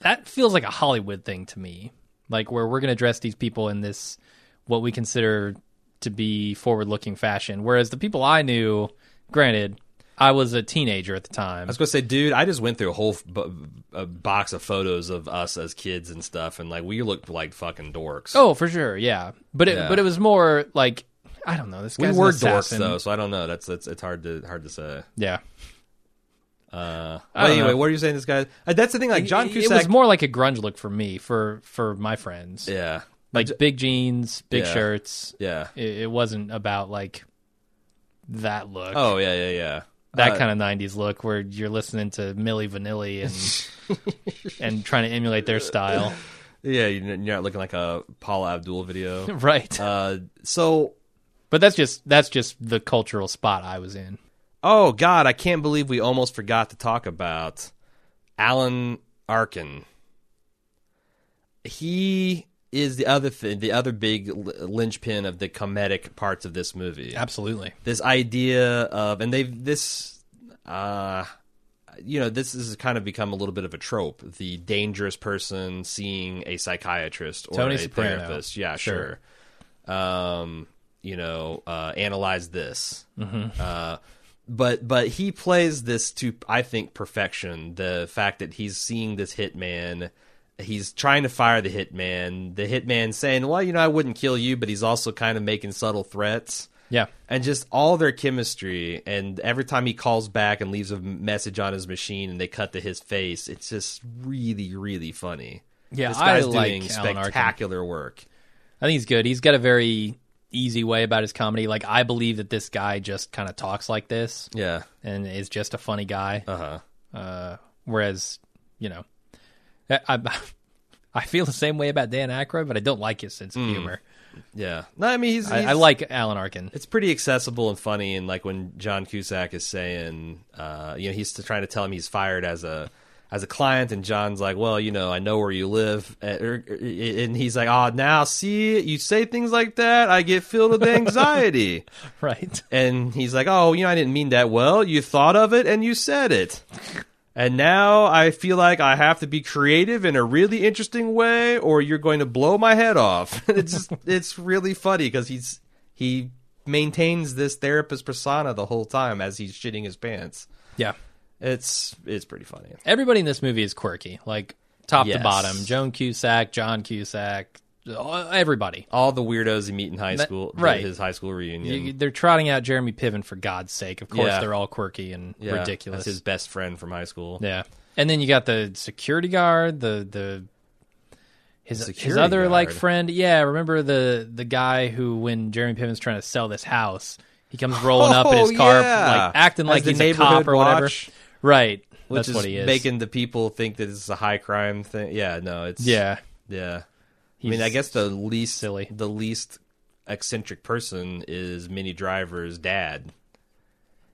Speaker 3: that feels like a Hollywood thing to me. Like where we're going to dress these people in this what we consider to be forward-looking fashion, whereas the people I knew, granted, I was a teenager at the time.
Speaker 2: I was gonna say, dude, I just went through a whole f- b- a box of photos of us as kids and stuff, and like we looked like fucking dorks.
Speaker 3: Oh, for sure, yeah. But it
Speaker 2: Yeah.
Speaker 3: but it was more like I don't know. This
Speaker 2: we
Speaker 3: guy's
Speaker 2: were
Speaker 3: an assassin.
Speaker 2: dorks though, so I don't know. That's that's it's hard to hard to say.
Speaker 3: Yeah,
Speaker 2: Uh,
Speaker 3: I
Speaker 2: but
Speaker 3: don't
Speaker 2: anyway,
Speaker 3: know.
Speaker 2: what are you saying? This guy? Uh, that's the thing. Like John
Speaker 3: It-
Speaker 2: Cusack.
Speaker 3: It was more like a grunge look for me for for my friends.
Speaker 2: yeah,
Speaker 3: Like big jeans, big
Speaker 2: Yeah.
Speaker 3: shirts.
Speaker 2: yeah.
Speaker 3: It, it wasn't about like that look.
Speaker 2: Oh yeah, yeah, yeah. Uh,
Speaker 3: that kind of '90s look where you're listening to Milli Vanilli and
Speaker 2: <laughs>
Speaker 3: and trying to emulate their style.
Speaker 2: Yeah, you're you're not looking like a Paula Abdul
Speaker 3: <laughs>
Speaker 2: video.
Speaker 3: right.
Speaker 2: Uh, so
Speaker 3: but that's just that's just the cultural spot I was in.
Speaker 2: Oh God, I can't believe we almost forgot to talk about Alan Arkin. He is the other thing, the other big l- linchpin of the comedic parts of this movie.
Speaker 3: Absolutely.
Speaker 2: This idea of, and they've this, uh, you know, this has kind of become a little bit of a trope: the dangerous person seeing a psychiatrist or
Speaker 3: Tony
Speaker 2: a
Speaker 3: Soprano.
Speaker 2: therapist. Yeah,
Speaker 3: Sure.
Speaker 2: sure. Um, you know, uh, analyze this.
Speaker 3: Mm-hmm.
Speaker 2: Uh, but but he plays this to I think perfection. The fact that he's seeing this hitman, he's trying to fire the hitman. The hitman saying, "Well, you know, I wouldn't kill you," but he's also kind of making subtle threats
Speaker 3: Yeah.
Speaker 2: and just all their chemistry and every time he calls back and leaves a message on his machine and they cut to his face it's just really really funny
Speaker 3: Yeah,
Speaker 2: this
Speaker 3: I
Speaker 2: guy's
Speaker 3: like
Speaker 2: doing
Speaker 3: Alan Arkin.
Speaker 2: spectacular work
Speaker 3: I think he's good. He's got a very easy way about his comedy. Like I believe that this guy just kind of talks like this
Speaker 2: yeah
Speaker 3: and is just a funny guy.
Speaker 2: uh-huh
Speaker 3: Uh, whereas, you know, I, I <laughs> I feel the same way about Dan Aykroyd, but I don't like his sense of
Speaker 2: Hmm.
Speaker 3: humor.
Speaker 2: yeah no i mean he's,
Speaker 3: I, I
Speaker 2: he's-
Speaker 3: like Alan
Speaker 2: <laughs>
Speaker 3: Arkin.
Speaker 2: it's pretty accessible and funny and like when john cusack is saying uh you know he's trying to tell him he's fired as a as a client and john's like well you know i know where you live uh, er, er, and he's like oh now see you say things like that i get filled
Speaker 3: <laughs>
Speaker 2: with anxiety
Speaker 3: Right.
Speaker 2: And he's like, "Oh, you know, I didn't mean that. Well, you thought of it and you said it." And now I feel like I have to be creative in a really interesting way, or you're going to blow my head off. <laughs> it's just, it's really funny because he's he maintains this therapist persona the whole time as he's shitting his pants.
Speaker 3: Yeah.
Speaker 2: It's it's pretty funny.
Speaker 3: Everybody in this movie is quirky, like top
Speaker 2: Yes.
Speaker 3: to bottom. Joan Cusack, John Cusack, uh, everybody.
Speaker 2: All the weirdos you meet in high
Speaker 3: That-
Speaker 2: school,
Speaker 3: right.
Speaker 2: His high school reunion.
Speaker 3: You- they're trotting out Jeremy Piven for God's sake. Of course,
Speaker 2: Hmm. Yeah.
Speaker 3: they're all quirky and
Speaker 2: Yeah,
Speaker 3: ridiculous.
Speaker 2: That's his best friend from high school.
Speaker 3: Yeah, and then you got the security guard, the the his his
Speaker 2: Security
Speaker 3: other like
Speaker 2: guard?
Speaker 3: friend. Yeah, remember the the guy who when Jeremy Piven's trying to sell this house, he
Speaker 2: <laughs>
Speaker 3: comes rolling up in his
Speaker 2: Oh,
Speaker 3: car,
Speaker 2: yeah.
Speaker 3: like acting
Speaker 2: As
Speaker 3: like
Speaker 2: the
Speaker 3: he's a cop
Speaker 2: neighborhood
Speaker 3: or whatever.
Speaker 2: watch.
Speaker 3: Right,
Speaker 2: Which
Speaker 3: that's
Speaker 2: is
Speaker 3: what he is.
Speaker 2: making the people think that it's a high crime thing. Yeah, no, it's
Speaker 3: yeah,
Speaker 2: yeah. I
Speaker 3: He's-
Speaker 2: mean, I guess the least
Speaker 3: silly.
Speaker 2: the least eccentric person is Minnie Driver's dad.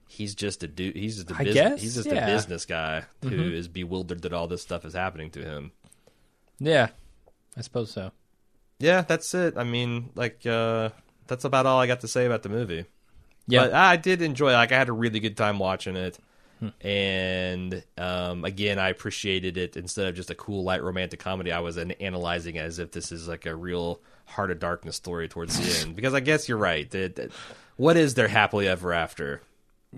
Speaker 2: He's just a dude. He's just a
Speaker 3: I
Speaker 2: business.
Speaker 3: guess,
Speaker 2: he's just
Speaker 3: yeah. Mm-hmm.
Speaker 2: a business guy who is bewildered that all this stuff is happening to him.
Speaker 3: yeah, I suppose so.
Speaker 2: Yeah, that's it. I mean, like uh, that's about all I got to say about the movie.
Speaker 3: Yeah,
Speaker 2: But I did enjoy. Like, I had a really good time watching it. And um, again, I appreciated it instead of just a cool light romantic comedy. I was an- analyzing it as if this is like a real heart of darkness story towards the end. Because I guess you're right. That that- what is their happily ever after?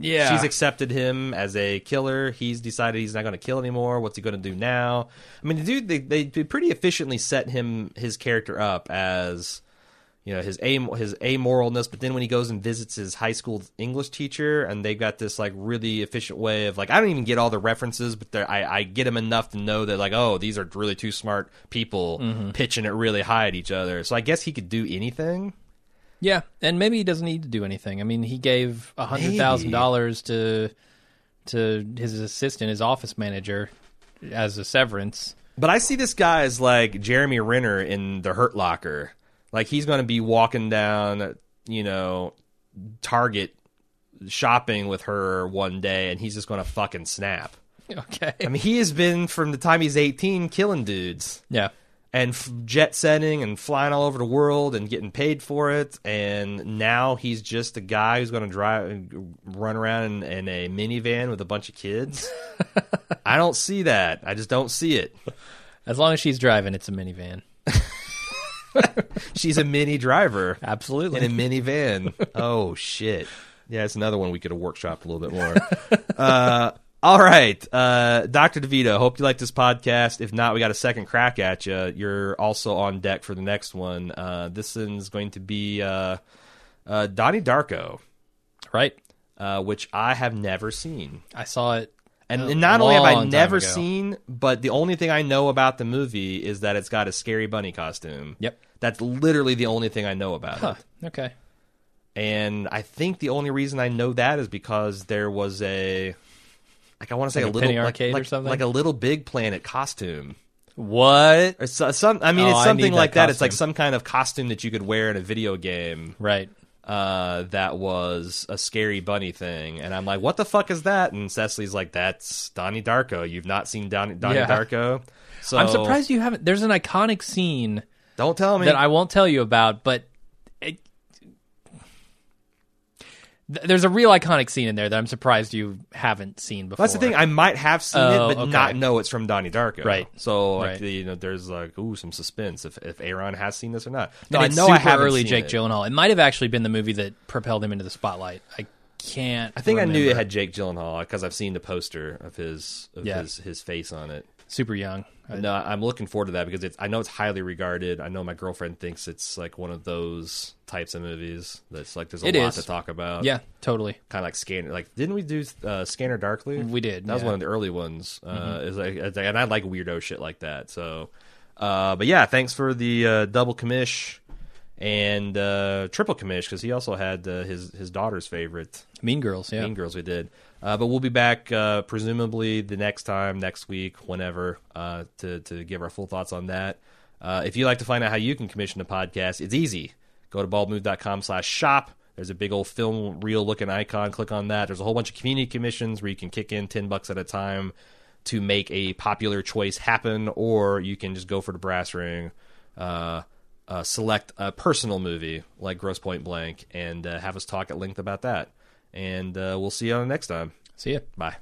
Speaker 3: Yeah.
Speaker 2: She's accepted him as a killer. He's decided he's not going to kill anymore. What's he going to do now? I mean, the dude, they, they they pretty efficiently set him his character up as you know his am his amoralness. But then when he goes and visits his high school English teacher, and they've got this like really efficient way of like I don't even get all the references, but they're- I I get him enough to know that like oh these are really two smart people pitching it really high at each other. So I guess he could do anything.
Speaker 3: yeah. And maybe he doesn't need to do anything. I mean, he gave a $100,000 to to his assistant, his office manager, as a severance. <laughs>
Speaker 2: But I see this guy as like Jeremy Renner in The Hurt Locker. Like he's going to be walking down, you know, Target shopping with her one day and he's just going to fucking snap.
Speaker 3: Okay.
Speaker 2: I mean, he has been from the time he's 18 killing dudes
Speaker 3: yeah.
Speaker 2: and f- jet setting and flying all over the world and getting paid for it. And now he's just a guy who's going to drive, run around in, in a minivan with a bunch of kids. I don't see that. I just don't see it.
Speaker 3: As long as she's driving, it's a minivan.
Speaker 2: She's a mini
Speaker 3: <laughs>
Speaker 2: driver.
Speaker 3: Absolutely.
Speaker 2: in a
Speaker 3: <laughs>
Speaker 2: minivan. oh shit! Yeah, it's another one we could have workshopped a little
Speaker 3: <laughs>
Speaker 2: bit more. uh, all right, uh, Doctor DeVito. Hope you like this podcast. If not, we got a second crack at you. You're also on deck for the next one. Uh, this one's going to be uh, uh, Donnie Darko,
Speaker 3: right.
Speaker 2: uh, which I have never seen.
Speaker 3: I saw it.
Speaker 2: And,
Speaker 3: a
Speaker 2: and not only have
Speaker 3: long
Speaker 2: I
Speaker 3: time
Speaker 2: never
Speaker 3: ago.
Speaker 2: seen, but the only thing I know about the movie is that it's got a scary bunny costume.
Speaker 3: Yep.
Speaker 2: That's literally the only thing I know about it.
Speaker 3: Huh. Okay.
Speaker 2: And I think the only reason I know that is because there was a like I want to say
Speaker 3: Like a
Speaker 2: a little
Speaker 3: Penny
Speaker 2: like,
Speaker 3: Arcade or
Speaker 2: like-
Speaker 3: something?
Speaker 2: like a little big planet costume
Speaker 3: What?
Speaker 2: or so, some I mean
Speaker 3: Oh,
Speaker 2: it's
Speaker 3: I
Speaker 2: something
Speaker 3: need
Speaker 2: like
Speaker 3: that
Speaker 2: that it's like
Speaker 3: costume.
Speaker 2: some kind of costume that you could wear in a video game
Speaker 3: Right.
Speaker 2: uh that was a scary bunny thing and I'm like what the fuck is that and Cecily's like that's Donnie Darko you've not seen Donnie, Donnie
Speaker 3: Yeah.
Speaker 2: Darko so
Speaker 3: I'm surprised you haven't. There's an iconic scene
Speaker 2: don't tell me
Speaker 3: that I won't tell you about, but it, Th- there's a real iconic scene in there that I'm surprised you haven't seen before.
Speaker 2: That's the thing. I might have seen
Speaker 3: Oh,
Speaker 2: it, but
Speaker 3: okay.
Speaker 2: not know it's from Donnie Darko.
Speaker 3: Right.
Speaker 2: So like,
Speaker 3: Right.
Speaker 2: the- you know, there's like ooh some suspense if if Aaron has seen this or not. No,
Speaker 3: And
Speaker 2: I
Speaker 3: it's
Speaker 2: know
Speaker 3: super
Speaker 2: I haven't
Speaker 3: early
Speaker 2: seen
Speaker 3: Jake
Speaker 2: it.
Speaker 3: Gyllenhaal. It might have actually been the movie that propelled him into the spotlight. I can't.
Speaker 2: I think I knew it had Jake Gyllenhaal because I've seen the poster of his of
Speaker 3: Yeah.
Speaker 2: his, his face on it.
Speaker 3: super young. I-
Speaker 2: No, I'm looking forward to that because it's I know it's highly regarded. I know my girlfriend thinks it's like one of those types of movies that's like there's a
Speaker 3: It
Speaker 2: lot
Speaker 3: is.
Speaker 2: to talk about.
Speaker 3: yeah, totally.
Speaker 2: kind of like scanner. Like, didn't we do uh, Scanner Darkly?
Speaker 3: We did,
Speaker 2: That was
Speaker 3: yeah. Mm-hmm.
Speaker 2: one of the early ones. Uh, is like, it's like- and I like weirdo shit like that. So, uh, but yeah, thanks for the uh, double commish and uh, triple commish because he also had uh, his his daughter's favorite
Speaker 3: Mean Girls. Yeah.
Speaker 2: Mean Girls. We did, uh, but we'll be back uh, presumably the next time, next week, whenever, uh, to to give our full thoughts on that. Uh, if you'd like to find out how you can commission a podcast, it's easy. Go to baldmove.com slash shop. There's a big old film reel looking icon. Click on that. There's a whole bunch of community commissions where you can kick in 10 bucks at a time to make a popular choice happen, or you can just go for the brass ring. Uh, uh, select a personal movie like Gross Point Blank and uh, have us talk at length about that. And uh, we'll see you on the next time.
Speaker 3: See ya.
Speaker 2: Bye.